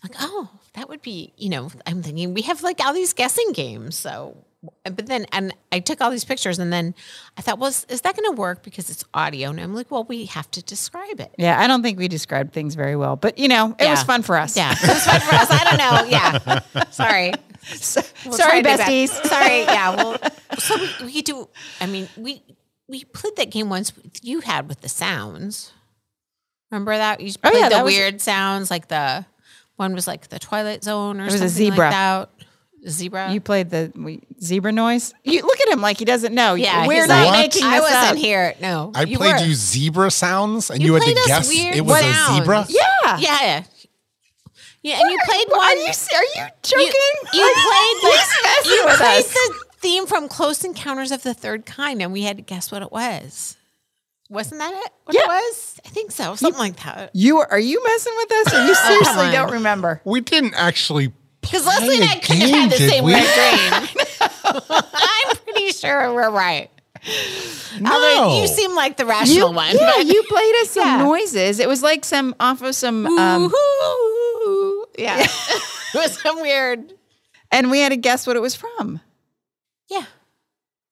S3: I'm like, oh, that would be. You know, I'm thinking we have like all these guessing games. So, but then, and I took all these pictures, and then I thought, well, is, is that going to work because it's audio? And I'm like, well, we have to describe it.
S1: Yeah. I don't think we described things very well, but you know, it was
S3: Yeah.
S1: fun for us.
S3: Yeah, it was fun for us. I don't know. Yeah, sorry.
S1: So-
S3: We'll
S1: sorry,
S3: try to do
S1: besties.
S3: that. Sorry, yeah. Well, so we, we could do. I mean, we we played that game once. with- You had with the sounds. Remember that? You played
S1: Oh, yeah,
S3: the
S1: that was-
S3: weird sounds, like the one was like the Twilight Zone or
S1: was
S3: something
S1: a
S3: like
S1: zebra.
S3: that. A zebra.
S1: You played the we, zebra noise. You look at him like he doesn't know.
S3: yeah,
S1: We're
S3: he's
S1: not
S2: like,
S1: making
S3: I
S1: this
S3: wasn't
S1: up.
S3: here. No,
S2: I played
S3: were.
S2: you zebra sounds and you,
S3: You
S2: had to
S3: played us
S2: guess
S3: weird
S2: it was a
S3: sounds.
S2: zebra.
S1: Yeah.
S3: Yeah. Yeah, and you played one.
S1: Are you are you
S3: you,
S1: joking?
S3: you played like
S1: He's messing
S3: you
S1: with
S3: played
S1: us.
S3: the theme from Close Encounters of the Third Kind, and we had to guess what it was. Wasn't that it? What
S1: Yeah.
S3: it was? I think so. Something like that.
S1: You are you messing with us? Or you seriously
S3: Oh, on.
S1: don't remember?
S2: We didn't actually
S3: Because Leslie and I couldn't have had the same wet dream. I'm pretty sure we're right. Although you seem like the rational
S1: You,
S3: one.
S1: yeah,
S3: but-
S1: you played us some
S3: Yeah.
S1: noises. It was like some off of some, um,
S3: Ooh, yeah. it was some weird.
S1: and we had to guess what it was from.
S3: Yeah.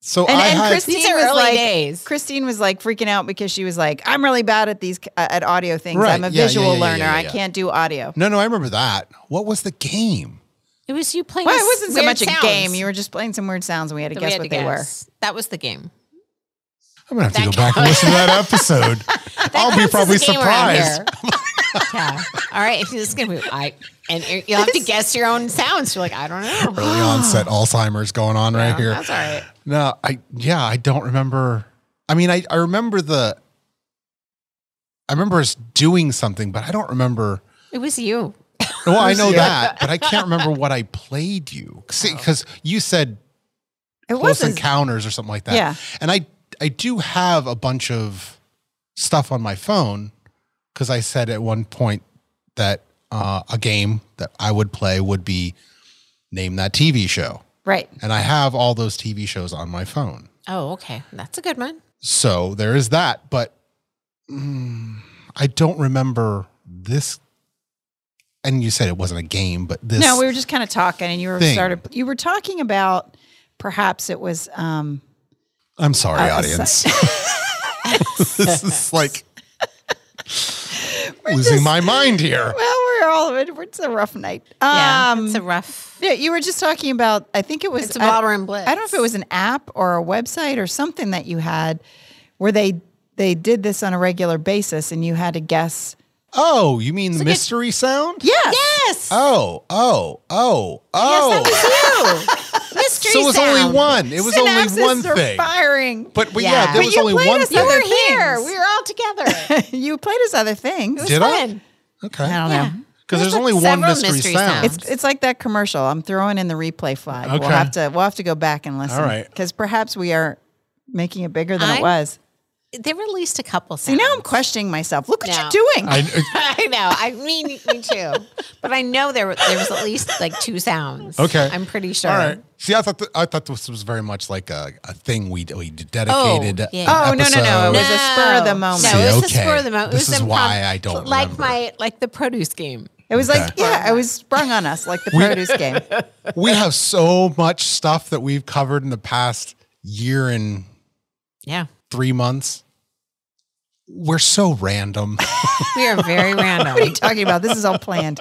S2: So
S1: And,
S2: I
S1: and
S2: had
S1: Christine
S3: These are
S1: was
S3: early
S1: like,
S3: days.
S1: Christine was like freaking out because she was like, "I'm really bad at these uh, at audio things.
S2: Right.
S1: I'm a
S2: Yeah, yeah,
S1: visual
S2: yeah, yeah,
S1: learner.
S2: yeah,
S1: I
S2: yeah.
S1: can't do audio."
S2: no, no. I remember that. What was the game?
S3: It was you playing.
S1: Well,
S3: with
S1: it wasn't so
S3: weird
S1: much
S3: sounds.
S1: a game. You were just playing some weird sounds, and we had to
S3: So we
S1: guess
S3: had
S1: what
S3: to
S1: they were.
S3: guess. That was the game.
S2: I'm gonna have to
S3: That
S2: go back and listen to that episode. I'll be
S3: counts as a
S2: probably
S3: game around
S2: surprised.
S3: here. yeah. All right. If this is gonna be, I and you're- you'll have to guess your own sounds. You're like, I don't know.
S2: Early onset Alzheimer's going on right here.
S3: That's all right.
S2: No, I yeah, I don't remember. I mean, I I remember the. I remember us doing something, but I don't remember.
S3: It was you.
S2: Well, I know that, but I can't remember what I played you because you said
S1: It
S2: Close
S1: wasn't.
S2: Encounters or something like that.
S1: Yeah.
S2: and I I do have a bunch of stuff on my phone because I said at one point that uh, a game that I would play would be name that TV show,
S1: Right.
S2: and I have all those TV shows on my phone.
S3: Oh, okay. That's a good one.
S2: So there is that, but mm, I don't remember this. And you said it wasn't a game, but this.
S1: No, we were just kind of talking, and you were
S2: Thing.
S1: started. You were talking about perhaps it was. um
S2: I'm sorry,
S1: Uh,
S2: audience. this is like losing
S1: just-
S2: my mind here.
S1: Well, we're all. It's a rough night. Um,
S3: Yeah. it's a rough.
S1: Yeah, you were just talking about. I think it was.
S3: It's a
S1: I-
S3: ballroom blitz.
S1: I don't know if it was an app or a website or something that you had, where they they did this on a regular basis, and you had to guess.
S2: Oh, you mean the mystery sound?
S1: Yes.
S3: Yes.
S2: Oh, oh, oh, oh.
S3: Yes, that was you. Mystery
S2: so it was
S3: sound.
S2: only one. It was
S1: Synapses
S2: only one
S1: are
S2: thing.
S1: Firing.
S2: But, but yeah.
S3: Yeah.
S2: there
S3: But
S2: was
S1: you
S2: only
S1: played
S2: one
S1: us
S3: You
S2: thing.
S1: other
S3: were here.
S1: things.
S3: We were all together.
S1: you played us other things.
S2: Did I?
S3: Fun.
S2: Okay.
S1: I don't
S3: Yeah.
S1: know.
S2: Because there's
S3: There's
S2: only
S3: like
S2: one
S3: several
S2: mystery,
S3: mystery
S2: sound.
S3: sounds.
S1: It's it's like that commercial. I'm throwing in the replay flag. We'll
S2: Okay.
S1: have to we'll have to go back and listen.
S2: All right.
S1: Because perhaps we are making it bigger than
S3: I'm-
S1: it was.
S3: They released a couple
S1: See,
S3: sounds.
S1: now I'm questioning myself. Look what
S3: No.
S1: you're doing.
S2: I,
S3: I know. I mean, me too. But I know there were- there was at least like two sounds.
S2: Okay.
S3: I'm pretty sure.
S2: All right. See, I thought th- I thought this was very much like a, a thing we we dedicated. uh,
S3: Oh, yeah.
S1: Oh, no, no, no. It was
S2: episode.
S1: a spur of the moment.
S3: No,
S2: See,
S3: it was the
S2: okay.
S3: spur of the moment. It
S2: This
S3: was
S2: is
S3: improv-
S2: why I don't
S3: like
S2: remember.
S3: my like the produce game.
S1: it was like,
S2: Okay.
S1: yeah, I was sprung on us like the produce game.
S2: we have so much stuff that we've covered in the past year and
S3: Yeah,
S2: three months. We're so random.
S3: we are very
S1: What are you
S3: random.
S1: talking about? This is all planned.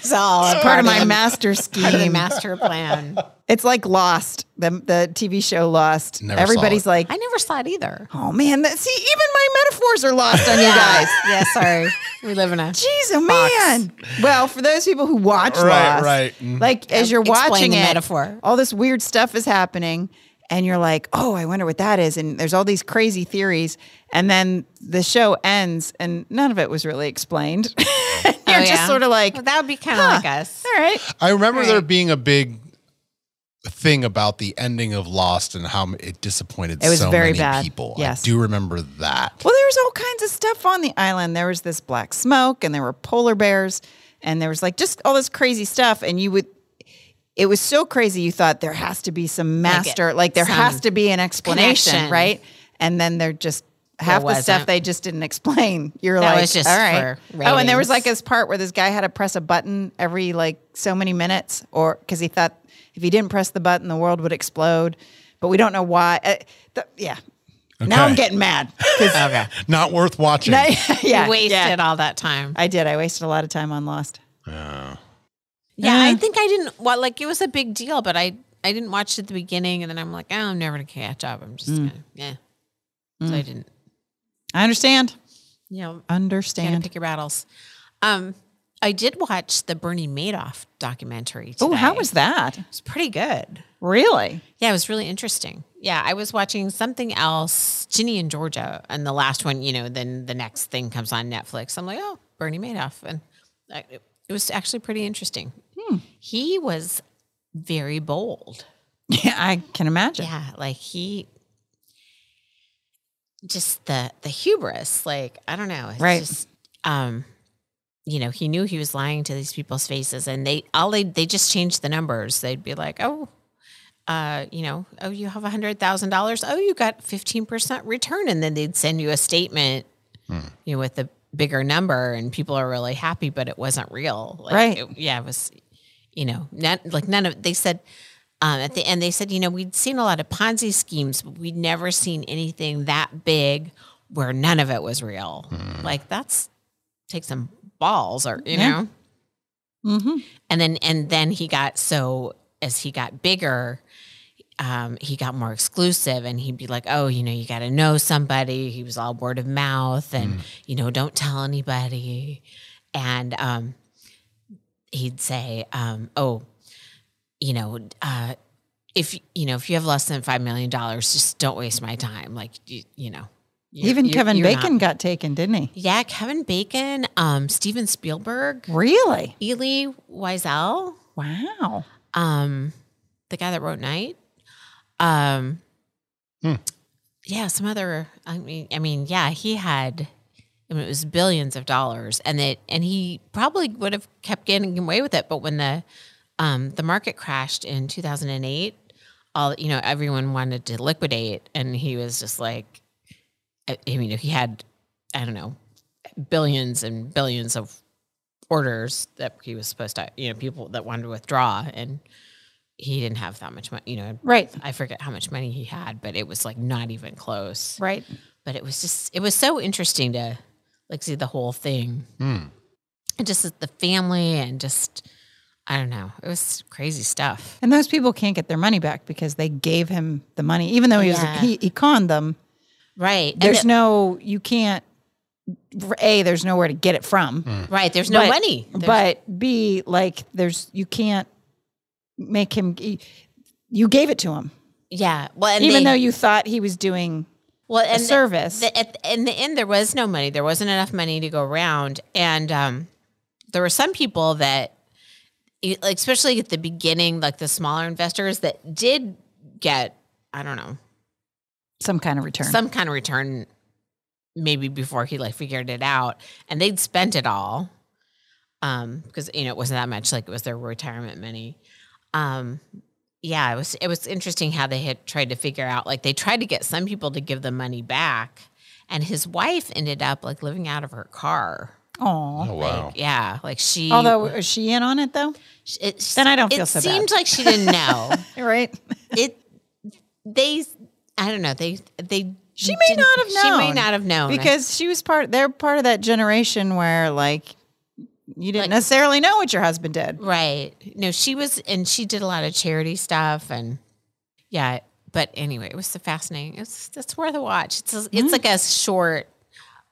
S3: It's all a
S1: Part of my
S3: the-
S1: master
S3: part of the
S1: scheme.
S3: master plan.
S1: it's like Lost, the the TV show Lost.
S2: Never saw
S1: Everybody's
S2: it.
S1: like,
S3: I never saw it either.
S1: oh man, that, see, even my metaphors are lost on you guys.
S3: yeah, sorry. We live in a
S1: Jeez, oh man. Well, for those people who watch
S2: Right,
S1: Lost, Mm-hmm.
S2: right. Mhm.
S1: like as you're
S3: Explain
S1: watching
S3: the
S1: it,
S3: metaphor.
S1: all this weird stuff is happening and you're like, "Oh, I wonder what that is." And there's all these crazy theories and then the show ends and none of it was really explained. you're
S3: Oh,
S1: just
S3: yeah?
S1: sort of like,
S3: Well, that would be kind of
S1: huh,
S3: like us.
S1: All right.
S2: I remember there
S3: Right.
S2: being a big thing about the ending of Lost and how it disappointed
S1: It was
S2: so
S1: very
S2: many
S1: bad.
S2: people.
S1: Yes.
S2: I do remember that.
S1: Well, there was all kinds of stuff on the island. There was this black smoke and there were polar bears and there was like just all this crazy stuff and you would it was so crazy you thought there has to be some master like, there
S3: some
S1: has to be an explanation,
S3: connection.
S1: right? And then there just half the stuff
S3: wasn't.
S1: they just didn't explain. You're
S3: That
S1: like,
S3: was just
S1: all right.
S3: for
S1: oh, and there was
S3: ratings.
S1: like this part where this guy had to press a button every like so many minutes, or because he thought if he didn't press the button, the world would explode. But we don't know why. Uh, the, yeah. Now I'm
S2: Okay.
S1: getting mad. 'cause
S3: Okay.
S2: Not worth watching.
S1: yeah,
S3: you wasted
S1: yeah.
S3: all that time.
S1: I did. I wasted a lot of time on Lost.
S3: Yeah,
S1: Yeah.
S3: I think I didn't. Well, like it was a big deal, but I I didn't watch it at the beginning, and then I'm like, oh, I'm never gonna catch up. I'm just
S1: Mm.
S3: gonna, yeah. So I didn't.
S1: I understand.
S3: You know, you gotta
S1: Understand.
S3: pick your battles. Um, I did watch the Bernie Madoff documentary.
S1: Oh, how
S3: today.
S1: was that?
S3: It was pretty good.
S1: Really?
S3: Yeah, it was really interesting. Yeah, I was watching something else, Ginny in Georgia, and the last one, you know, then the next thing comes on Netflix. I'm like, oh, Bernie Madoff, and I, It was actually pretty interesting. He was very bold.
S1: Yeah, I can imagine.
S3: Yeah, like he just the the hubris, like I don't know, it's
S1: Right.
S3: just um you know, he knew he was lying to these people's faces and they all they they just changed the numbers. They'd be like, "Oh, uh, you know, oh, you have a hundred thousand dollars. Oh, you got fifteen percent return, and then they'd send you a statement, you know, with a bigger number, and people are really happy, but it wasn't real, Like,
S1: Right.
S3: it- yeah, it was, you know, not like none of. They said um, at the end, they said, you know, we'd seen a lot of Ponzi schemes, but we'd never seen anything that big where none of it was real. Like that's take some balls, or you
S1: Yeah.
S3: know
S1: hmm
S3: and then and then he got so as he got bigger um, he got more exclusive and he'd be like oh you know you got to know somebody he was all word of mouth and
S1: Mm.
S3: you know don't tell anybody and um, he'd say um, oh you know uh, if you know if you have less than five million dollars just don't waste my time like you, you know you're-
S1: Even
S3: you're-
S1: Kevin
S3: you're not-
S1: Bacon got taken, didn't he?
S3: yeah kevin bacon um, steven spielberg
S1: Really?
S3: Eli Wiesel,
S1: Wow.
S3: um, the guy that wrote Night. Um,
S2: Hmm.
S3: yeah, some other. I mean, I mean, yeah, he had. I mean, it was billions of dollars, and that, and he probably would have kept getting away with it. But when the, um, the market crashed in two thousand and eight, all you know, everyone wanted to liquidate, and he was just like, I, I mean, he had, I don't know, billions and billions of orders that he was supposed to, you know, people that wanted to withdraw, and he didn't have that much money. You know,
S1: Right.
S3: I forget how much money he had, but it was like not even close.
S1: Right.
S3: But it was just, it was so interesting to like see the whole thing
S2: Hmm.
S3: and just the family and just, I don't know, it was crazy stuff.
S1: And those people can't get their money back because they gave him the money, even though he was
S3: Yeah.
S1: he, he conned them.
S3: Right. And
S1: There's
S3: the-
S1: no you can't. A there's nowhere to get it from,
S3: right. There's no
S1: but-
S3: money. There's-
S1: but B like there's you can't make him. he- You gave it to him,
S3: yeah. Well, and
S1: even
S3: they-
S1: though you thought he was doing
S3: well,
S1: a
S3: and the-
S1: service.
S3: the, at, in the end, there was no money. There wasn't enough money to go around, and um, there were some people that, e- like, especially at the beginning, like the smaller investors that did get, I don't know,
S1: some kind of return.
S3: some kind of return, maybe before he like figured it out, and they'd spent it all, um, because you know it wasn't that much. Like it was their retirement money, um. Yeah, it was it was interesting how they had tried to figure out like they tried to get some people to give the money back, and his wife ended up like living out of her car.
S1: Aw.
S2: Oh wow.
S3: Yeah, like she.
S1: Although is she in on it though?
S3: it,
S1: Oh, Then I don't feel
S3: it
S1: so bad.
S3: seemed like she didn't know.
S1: Right.
S3: it they I don't know they they
S1: She may
S3: didn't-
S1: not have
S3: She may
S1: known.
S3: not have known
S1: because she was part they're part of that generation where like you didn't
S3: Like-
S1: necessarily know what your husband did
S3: right. No, she was and she did a lot of charity stuff and yeah. But anyway, it was so fascinating. It's it's worth a watch. It's a,
S1: Mm-hmm.
S3: it's like a short.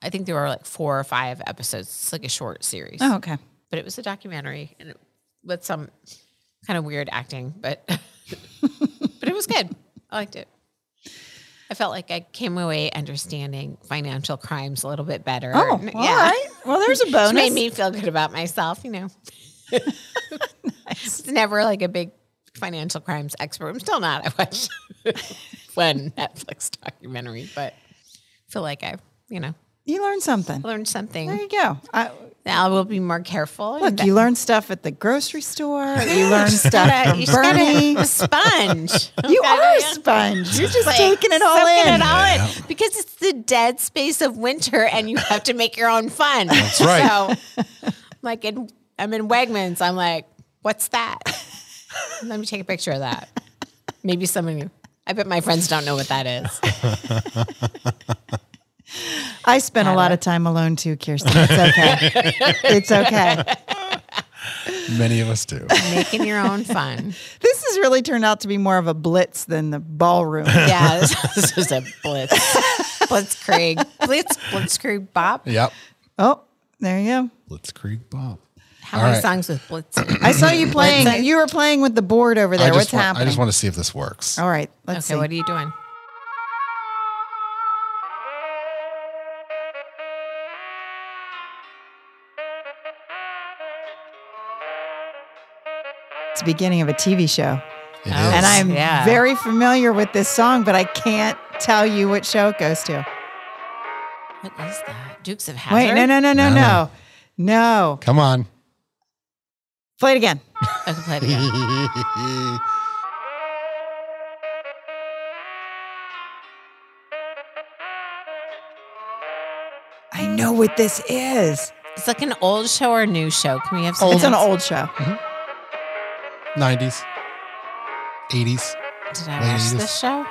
S3: I think there were like four or five episodes. It's like a short series.
S1: oh okay
S3: but it was a documentary and it, with some kind of weird acting, but but it was good. I liked it. I felt like I came away understanding financial crimes a little bit better.
S1: oh
S3: And-
S1: all right well there's a bonus
S3: Which made me feel good about myself. You know, it's never like a big financial crimes expert. I'm still not. I watch one Netflix documentary, but I feel like I, you know,
S1: you learned something
S3: learned something.
S1: there you go I,
S3: Now I will be more careful. and
S1: look you learned stuff at the grocery store you learned stuff
S3: gotta-
S1: from
S3: you just gotta-
S1: bernie
S3: a sponge.
S1: you
S3: Okay,
S1: are a
S3: yeah.
S1: sponge you're just
S3: Like,
S1: taking it all
S3: soaking
S1: in
S3: it all in.
S2: Yeah.
S3: because it's the dead space of winter, and you have to make your own fun. That's
S2: right.
S3: So, like in I'm in Wegmans. I'm like, what's that? Let me take a picture of that. Maybe someone. I bet my friends don't know what that is.
S1: i spent a lot of time alone too kirsten it's okay it's okay
S2: Many of us do.
S3: Making your own fun.
S1: this has really turned out to be more of a blitz than the ballroom
S3: Yeah, this, this is a blitz, blitzkrieg, blitz, blitzkrieg bop.
S2: yep.
S1: oh there you go
S2: Blitzkrieg Bob.
S3: How
S2: All
S3: many
S2: right.
S3: songs with blitz?
S1: i saw you playing you were playing with the board over
S2: I
S1: there
S2: just
S1: what's
S2: want,
S1: happening Oh,
S2: I just want to see if this works.
S1: All right, let's
S3: Okay,
S1: see.
S3: what are you doing?
S1: It's the beginning of a TV show.
S2: It
S3: Oh.
S2: is.
S1: And I'm
S3: Yeah.
S1: very familiar with this song, but I can't tell you what show it goes to.
S3: What is that? Dukes of Hazzard.
S1: Wait, no, no, no, no, no.
S2: No, no.
S1: No.
S2: Come on.
S1: Play it again.
S3: I can play it again.
S1: I know what this is.
S3: It's like an old show or a new show. Can we have some?
S1: It's an old show.
S2: 90s, 80s.
S3: Did I watch
S2: Ladies.
S3: this show?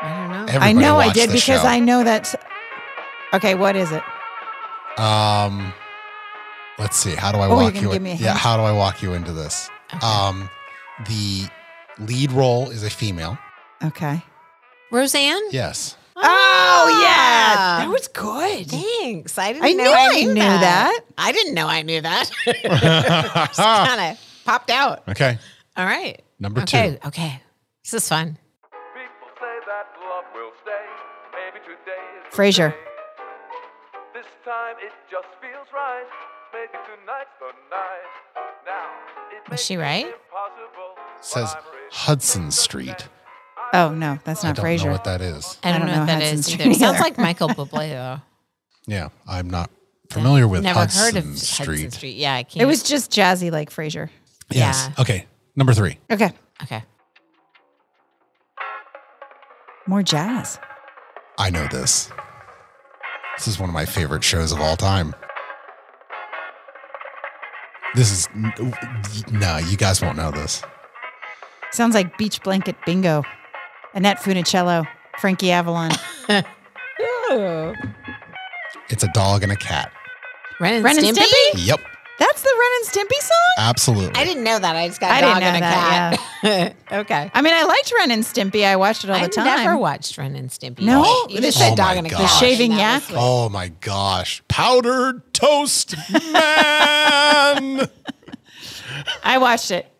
S3: I don't know.
S1: I
S2: Everybody
S1: know I
S2: watched
S1: did
S2: this
S1: because
S2: show.
S1: I know that's. Okay, what is it?
S2: Um, let's see. How do I
S1: Oh, you're
S2: walk
S1: gonna
S2: you?
S1: give me a
S2: yeah.
S1: hint?
S2: How do I walk you into this?
S3: Okay.
S2: Um, the lead role is a female.
S1: Okay.
S3: Roseanne.
S2: Yes.
S1: Oh, yeah.
S3: Ah.
S1: That was good.
S3: Thanks. I didn't
S1: I
S3: know
S1: knew
S3: I
S1: I
S3: knew
S1: knew
S3: that.
S1: that.
S3: I didn't know I knew that. Just kind of popped out.
S2: okay.
S3: All right.
S2: Number
S3: okay.
S2: two.
S3: Okay. This is fun.
S4: People say that love will stay. Maybe today is the
S1: Frasier.
S4: day. This time it just feels right. Maybe tonight's the night. Now it
S3: Was
S4: may
S3: she
S4: seem
S3: right?
S4: impossible, but
S2: Says
S4: I'm ready.
S2: Hudson Street.
S1: Oh, no, that's
S2: I
S1: not
S2: don't
S1: Frasier.
S2: know what that is.
S3: I don't, know, what that
S1: Hudson
S3: is
S1: Street
S3: either. Sounds
S1: either.
S3: like Michael Bublé though.
S2: Yeah, I'm not familiar with
S3: Never
S2: Hudson
S3: heard of
S2: Street.
S3: Hudson Street. Yeah, I can't.
S1: it was just jazzy like Frasier.
S2: Yes.
S3: Yeah.
S2: Okay. Number three.
S1: Okay.
S3: okay.
S1: More jazz.
S2: I know this. This is one of my favorite shows of all time. This is no, you guys won't know this.
S1: Sounds like Beach Blanket Bingo. Annette Funicello, Frankie Avalon,
S2: It's a dog and a cat.
S3: Ren and,
S1: Ren and
S3: Stimpy?
S1: Stimpy?
S2: Yep,
S1: That's the Ren and Stimpy song?
S2: absolutely.
S3: I didn't know that. I just got a
S1: I didn't
S3: dog and a
S1: know that,
S3: cat. okay.
S1: I mean, I liked Ren and Stimpy. I watched it all the time.
S3: I never watched Ren and Stimpy.
S1: No?
S3: Wait, you
S1: They
S3: just
S1: said-
S3: said
S2: Oh
S3: dog
S2: my
S3: and a cat.
S2: gosh. The
S1: shaving
S3: and that
S1: yak?
S3: was-
S2: oh my gosh, powdered toast man.
S1: I watched it.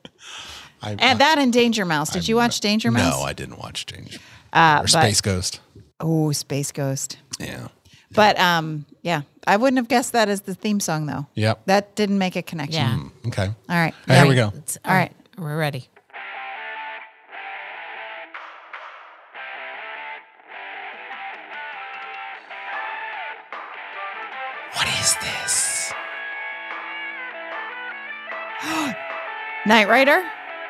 S2: I,
S1: And that and Danger Mouse. Did you watch Danger Mouse?
S2: No, I didn't watch Change
S1: Uh,
S2: or
S1: but-
S2: Space Ghost.
S1: Oh, Space Ghost.
S2: Yeah.
S1: But um, yeah, I wouldn't have guessed that as the theme song though.
S2: Yep.
S1: That didn't make a connection.
S3: Yeah.
S2: Hmm, Okay.
S1: All right.
S2: All right, here we go.
S3: It's-
S1: All right.
S3: hmm. We're ready.
S2: What is this?
S1: Knight Rider?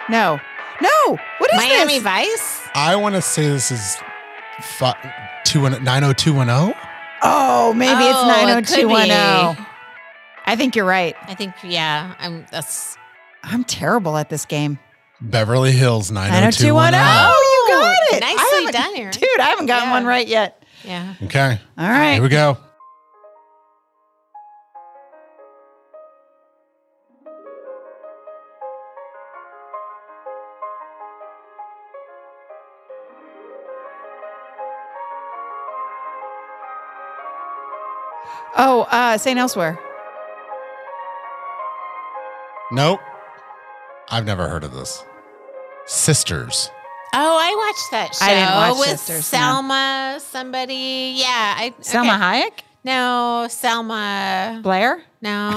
S1: No. No. What is
S3: Miami
S1: this?
S3: Vice?
S2: I want to say this is fi- two one nine zero two one zero.
S1: Oh, maybe it's
S3: Oh, it could be.
S1: 90210. I think you're right.
S3: I think, yeah. I'm. That's.
S1: I'm terrible at this game.
S2: Beverly Hills
S1: 90210.
S2: 90210.
S1: Oh, you got it. I
S3: Nicely
S1: haven't-
S3: done here.
S1: Dude, I haven't gotten
S3: Yeah.
S1: one right yet.
S3: Yeah.
S2: Okay.
S1: All right.
S2: Here we go.
S1: Oh, uh, St. Elsewhere.
S2: Nope. I've never heard of this. Sisters.
S3: Oh, I watched that show
S1: I didn't watch
S3: with
S1: Sisters, no.
S3: Selma. Somebody, yeah. I
S1: Selma
S3: okay.
S1: Hayek?
S3: No, Selma.
S1: Blair?
S3: No,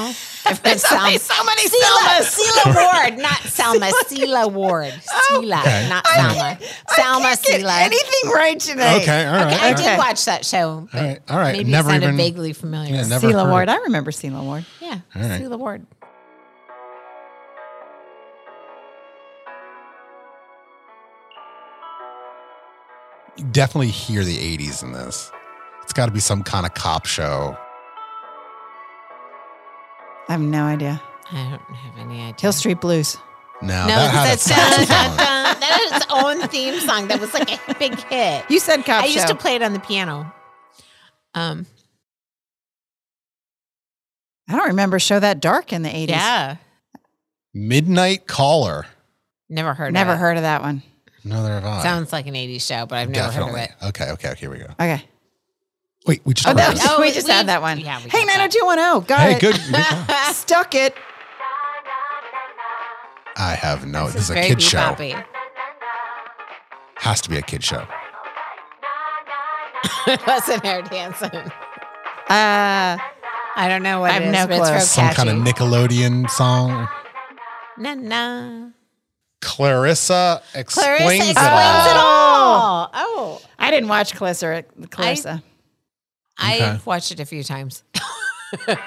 S1: There's so many- so many
S3: Selma.
S1: Selmas.
S3: Oh, Sela Ward, not Selma. Sela Ward.
S1: Oh.
S3: Sela,
S2: Okay.
S3: not
S2: I
S3: Selma. Selma
S1: I can't
S3: Sela.
S1: get anything right today.
S2: Okay. All right.
S3: Okay, I
S2: all
S1: Okay.
S3: did watch that show. but
S2: All right, all right.
S3: Maybe
S2: Never
S3: it sounded
S2: even-
S3: vaguely familiar.
S2: Yeah,
S3: Yeah,
S2: never
S1: Sela
S2: heard.
S1: Ward. I remember Sela Ward.
S2: All right.
S3: Sela Ward.
S2: You Definitely hear the 80s in this. It's got to be some kind of cop show.
S1: I have no idea.
S3: I don't have any idea.
S1: Hill Street Blues.
S2: No,
S3: No,
S2: that had a
S3: that's dun, dun,
S2: saxophone.
S3: dun. that is its own theme song. That was like a big hit.
S1: You said cop
S3: I
S1: show.
S3: used to play it on the piano. Um,
S1: I don't remember Show That Dark in the 80s.
S3: yeah,
S2: Midnight Caller.
S3: never heard.
S1: Never
S3: of it.
S1: heard of that one.
S2: Neither have I.
S3: Sounds like an '80s show, but I've never
S2: Definitely.
S3: heard of it.
S2: Okay, okay, okay, here we go.
S1: Okay.
S2: Wait, we just
S1: Oh, that
S2: heard
S1: was,
S2: this.
S3: Oh,
S1: we just
S3: we-
S1: had that one.
S3: yeah, we
S1: hey,
S3: got that.
S1: 90210. Got
S2: Hey,
S1: it.
S2: good. good job.
S1: Stuck it.
S2: I have no. This, is a
S3: very
S2: kid show.
S3: beboppy.
S2: Has to be a kid show.
S3: it wasn't Air Dancing.
S1: Uh,
S3: I don't know what
S1: I have
S3: it is,
S1: no
S3: but it's
S1: clue.
S3: real
S2: Some kind of
S3: catchy.
S2: Nickelodeon song.
S3: Na na
S2: Clarissa explains,
S3: Clarissa explains
S2: it all.
S3: it all. Oh,
S1: I didn't watch Clarissa. Clarissa.
S2: Okay.
S3: I've watched it a few times.
S4: But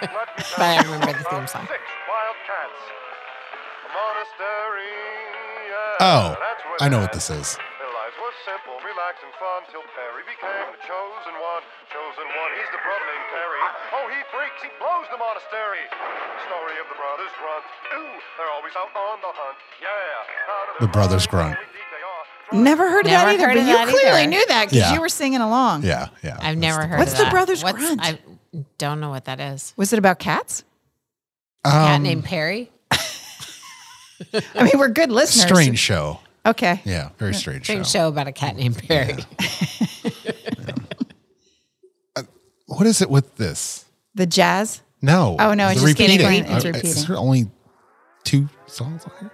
S3: I remember the theme song.
S4: Six Wildcats. A monastery.
S2: Oh, I know what this is.
S4: Their lives were simple, relaxed, and fun till Perry became the chosen one. Chosen one, he's the brother named Perry. Oh, he freaks, he blows the monastery. Story of the brothers Grunt. Ooh, they're always out on the hunt. Yeah. out of
S2: The
S4: their
S2: Brothers
S4: mind,
S2: Grunt.
S4: how weak they are.
S1: Never heard of
S3: Never
S1: that either.
S3: heard
S1: but
S3: of
S1: you
S3: that
S1: clearly
S3: either.
S1: knew that because
S2: Yeah.
S1: you were singing along.
S2: Yeah, yeah.
S3: I've
S2: That's
S3: never
S2: the-
S3: heard
S1: What's
S3: of
S1: the
S3: that.
S1: Brothers Grunt?
S3: I don't know what that is.
S1: Was it about cats?
S3: Cat
S2: Um,
S3: named Perry?
S1: I mean, we're good listeners.
S2: Strange show.
S1: Okay.
S2: Yeah, very strange,
S3: Same
S2: show.
S3: show about a cat named Perry.
S2: What is it with this?
S1: The jazz.
S2: No.
S1: Oh, no,
S2: The
S1: it's just getting
S2: repeating.
S1: repeating. It's
S2: Uh, Is
S1: repeating.
S2: there only two songs on here?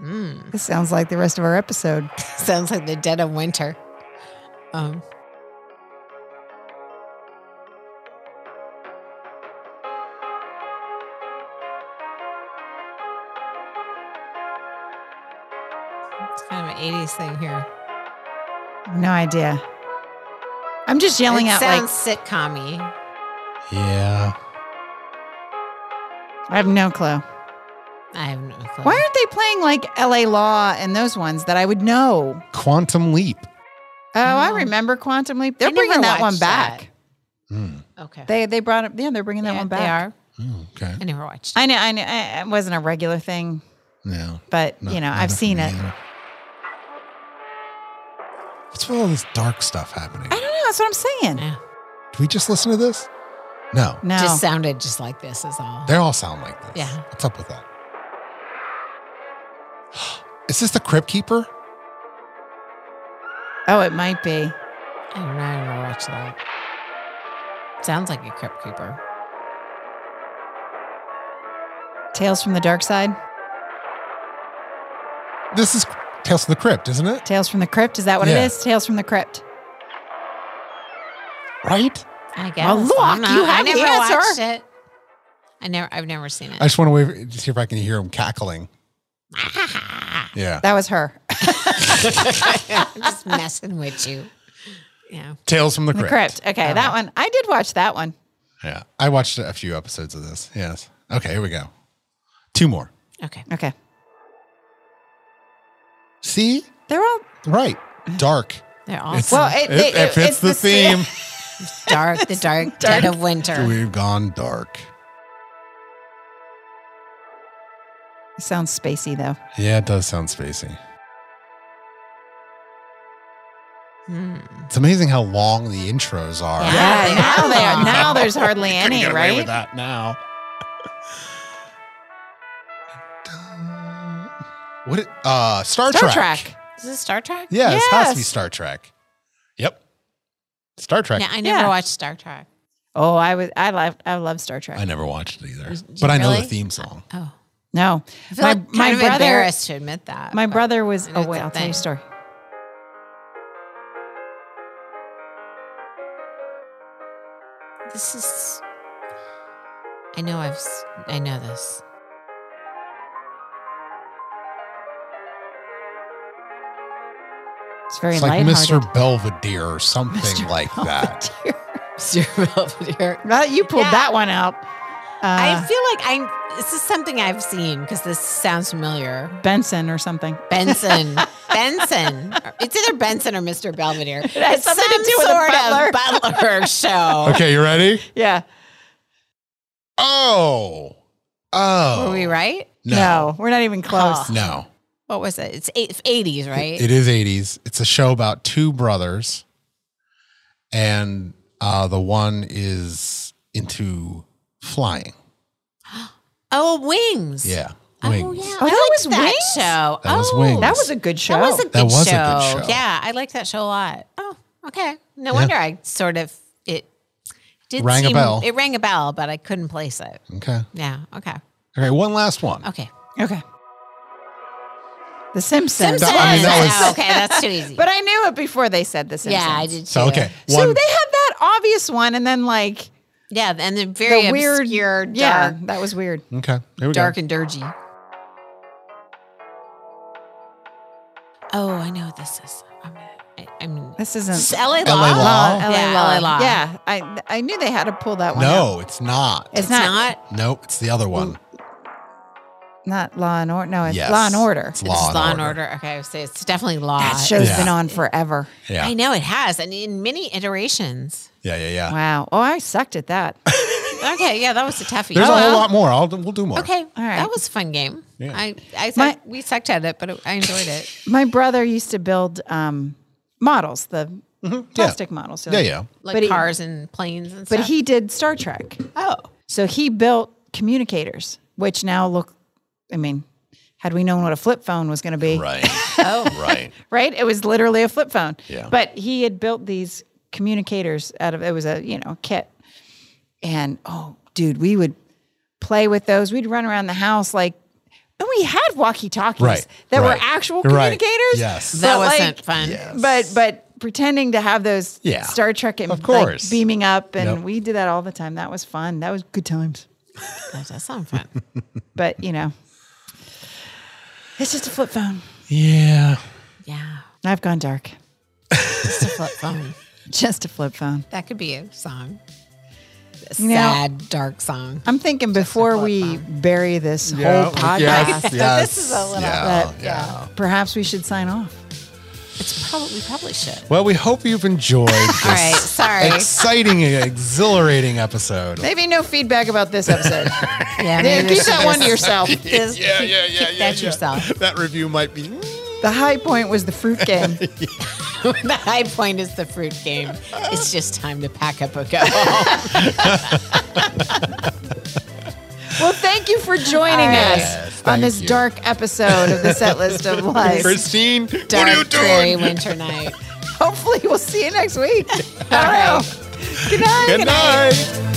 S3: Mm.
S1: This sounds like the rest of our episode.
S3: Sounds like the dead of winter. Um, it's kind of an 80s thing here.
S1: No idea. I'm just yelling
S3: it
S1: out
S3: sounds sitcom
S2: Yeah.
S1: like I have no clue.
S3: I have no clue.
S1: Why aren't they playing like LA Law and those ones that I would know?
S2: Quantum Leap.
S1: Oh, I
S3: Oh.
S1: remember Quantum Leap. They're
S3: I never
S1: bringing that one
S3: watched
S1: back.
S2: Mm.
S3: Okay.
S1: They they brought it. Yeah, they're bringing that
S3: Yeah,
S1: one back.
S3: They are.
S2: Mm, okay.
S3: I never watched. it.
S1: I know. I know. I- It wasn't a regular thing,
S2: Yeah.
S1: but
S2: No,
S1: you know,
S2: not
S1: I've
S2: for
S1: seen
S2: me
S1: it.
S2: either. What's with all this dark stuff happening?
S1: I don't know. That's what I'm saying.
S3: Yeah.
S2: Do we just listen to this? No.
S1: No.
S3: Just sounded just like this is all.
S2: They all sound like this.
S3: Yeah.
S2: What's up with that? Is this the Crypt Keeper?
S1: oh, it might be.
S3: I don't know. I never watched that. Sounds like a Crypt Keeper.
S1: Tales from the Dark Side.
S2: This is Tales from the Crypt, isn't it?
S1: Tales from the Crypt. Is that what
S2: Yeah.
S1: it is? Tales from the Crypt.
S2: Right?
S3: I guess.
S1: look,
S3: I don't know.
S1: you have
S3: I never
S1: the answer.
S3: watched it. I never. I've never seen it.
S2: I just want to wait to see if I can hear him cackling. Yeah.
S1: That was her.
S3: I'm just messing with you. Yeah.
S2: Tales from the
S1: The
S2: Crypt.
S1: Crypt. Okay, that one. I did watch that one.
S2: Yeah. I watched a few episodes of this. Yes. Okay, here we go. Two more.
S3: Okay.
S1: Okay.
S2: See?
S1: They're all
S2: Right. Dark.
S3: They're all
S2: It's-
S3: so
S1: well. It,
S2: It, it, fits the, theme.
S3: dark. The dark, dead of winter.
S2: We've gone dark.
S1: Sounds spacey though.
S2: Yeah, it does sound spacey.
S3: Hmm.
S2: It's amazing how long the intros are.
S3: Yeah.
S1: Yeah.
S3: they
S1: now
S3: are
S1: they
S3: long.
S1: are. Now there's hardly
S2: Couldn't
S1: any.
S2: get away with
S1: Right.
S2: that now. What? It, uh, Star,
S1: Star
S2: Trek.
S1: Trek.
S3: Is this Star Trek?
S2: Yeah, this has to be
S1: Yes.
S2: Star Trek. Yep, Star Trek.
S3: Yeah. I never
S1: Yeah.
S3: watched Star Trek.
S1: Oh, I was. I love. I love Star Trek.
S2: I never watched it either,
S3: you
S2: but I know the
S3: really?
S2: theme song.
S3: Oh,
S1: No.
S3: I feel like kind of embarrassed to admit that.
S1: My
S3: but-
S1: brother was.
S3: I know
S1: Oh
S3: it's
S1: wait,
S3: a
S1: I'll tell you
S3: thing.
S1: a story.
S3: This is. I know I've. s- I know this.
S1: It's very
S2: It's like
S1: lighthearted.
S2: Mr. Belvedere or something like that.
S3: Mr. Belvedere.
S1: Now that you pulled
S3: Yeah.
S1: that one out. Uh,
S3: I feel like I. This is something I've seen because this sounds familiar.
S1: Benson or something.
S3: Benson. Benson. It's either Benson or Mr. Belvedere. It
S1: has
S3: it's
S1: something to do with a
S3: of butler show.
S2: Okay, you ready?
S1: Yeah.
S2: Oh, oh.
S3: Were we right?
S1: No. we're not even close.
S3: Oh.
S2: No.
S3: What was it? It's eight, 80s, right?
S2: It- it is 80s. It's a show about two brothers, and uh, the one is into flying.
S3: oh, Wings.
S2: Yeah.
S3: Oh, yeah.
S2: Wings.
S1: Oh,
S3: I
S1: that
S3: liked
S1: was
S3: that
S1: Wings?
S3: show.
S2: That was
S3: oh,
S2: Wings.
S1: That was a good show.
S3: That was a good,
S2: That was a
S3: show.
S2: good show.
S3: Yeah, I liked that show a lot. Oh, okay. No
S2: Yeah.
S3: wonder I sort of it did
S2: Rang a
S3: seem-
S2: bell.
S3: It rang a bell, but I couldn't place it.
S2: Okay.
S3: Yeah. Okay.
S2: Okay. One last one.
S3: Okay.
S1: okay. The Simpsons.
S3: Simpsons.
S2: That- I mean, that was-
S3: Oh, okay, that's too easy.
S1: But I knew it before they said The Simpsons.
S3: yeah, I did. Too.
S2: So okay.
S1: So
S2: One.
S1: they have that obvious one, and then like
S3: Yeah, and the very
S1: the weird,
S3: obscure,
S1: yeah,
S3: dark,
S1: that was weird.
S2: Okay. Here we
S3: dark
S2: go.
S3: and dirgy. Oh, I know what this is. I'm, I, I mean,
S1: This isn't
S3: LA
S2: LA
S3: Law.
S2: Law.
S1: LA
S3: Yeah,
S1: Law.
S3: LA Law.
S1: Yeah, I I knew they had to pull that one. out.
S2: No, it's not.
S1: it's,
S3: It's
S1: not, not
S3: not.
S2: nope. It's the other one.
S1: Law and Order. No, it's
S2: Yes.
S1: Law and Order.
S2: It's
S3: It's
S2: Law
S3: Law,
S2: and
S3: and
S2: Order.
S3: order. Okay, I would say it's definitely Law.
S1: That show's
S2: Yeah.
S1: been on forever.
S2: Yeah.
S3: I know it has, and in many iterations.
S2: yeah. Yeah. Yeah.
S1: Wow. Oh, I sucked at that.
S3: Okay, yeah, that was a toughie.
S2: There's
S3: Oh,
S2: a whole
S3: well.
S2: lot more. I'll we'll do more.
S3: Okay,
S1: right.
S3: that was a fun game.
S2: Yeah.
S3: I, I
S1: My-
S3: sucked- we sucked at it, but it, I enjoyed it.
S1: My brother used to build um, models, the plastic models. So-
S2: Mm-hmm. Yeah. Yeah.
S3: Like
S1: But he-
S3: cars and planes and
S1: But
S3: stuff.
S1: he did Star Trek.
S3: oh,
S1: So he built communicators, which now look, I mean, had we known what a flip phone was going to be,
S2: Right.
S3: oh,
S2: right.
S1: right? It was literally a flip phone.
S2: Yeah.
S1: But he had built these communicators out of it was a you know kit, and oh dude, we would play with those. We'd run around the house like, and we had walkie talkies
S2: Right,
S1: that
S2: right,
S1: were actual
S2: right.
S1: communicators.
S2: Yes.
S3: that
S1: but,
S3: wasn't
S1: like,
S3: fun.
S1: But but pretending to have those
S2: Yeah.
S1: Star Trek and
S2: Of
S1: like,
S2: course.
S1: beaming up, and
S2: Yep.
S1: we did that all the time. That was fun. That was good times.
S3: That does sound fun.
S1: But you know, it's just a flip phone.
S2: Yeah.
S3: Yeah,
S1: I've gone dark.
S3: just a flip phone.
S1: Just a flip phone.
S3: That could be a song. A
S1: You know-
S3: sad, dark song.
S1: I'm thinking before
S3: flip
S1: we bury this whole podcast,
S2: Yes. yes.
S3: is a little
S2: yeah,
S1: bit,
S2: yeah.
S1: perhaps we should sign off.
S3: It's probably we probably should.
S2: Well, we hope you've enjoyed this
S3: All right, sorry.
S2: exciting, exhilarating episode.
S1: Maybe no feedback about this episode.
S3: Yeah,
S1: Yeah,
S3: maybe we
S1: Keep
S3: should
S1: that one to
S3: just-
S1: yourself.
S3: just
S2: Yeah,
S3: keep-
S2: yeah, yeah,
S3: keep
S2: yeah,
S3: that
S2: yeah.
S3: yourself.
S2: That review might be.
S1: The high point was the fruit game.
S3: The high point is the fruit game. It's just time to pack up and go home.
S1: Well, thank you for joining us
S2: Yes,
S1: on
S2: thank
S1: this
S2: you.
S1: dark episode of the set list of life.
S2: Christine, what
S3: Dark,
S2: are you
S3: dreary
S2: doing?
S3: winter night.
S1: Hopefully, we'll see you next week. All right. Good night.
S2: Good night.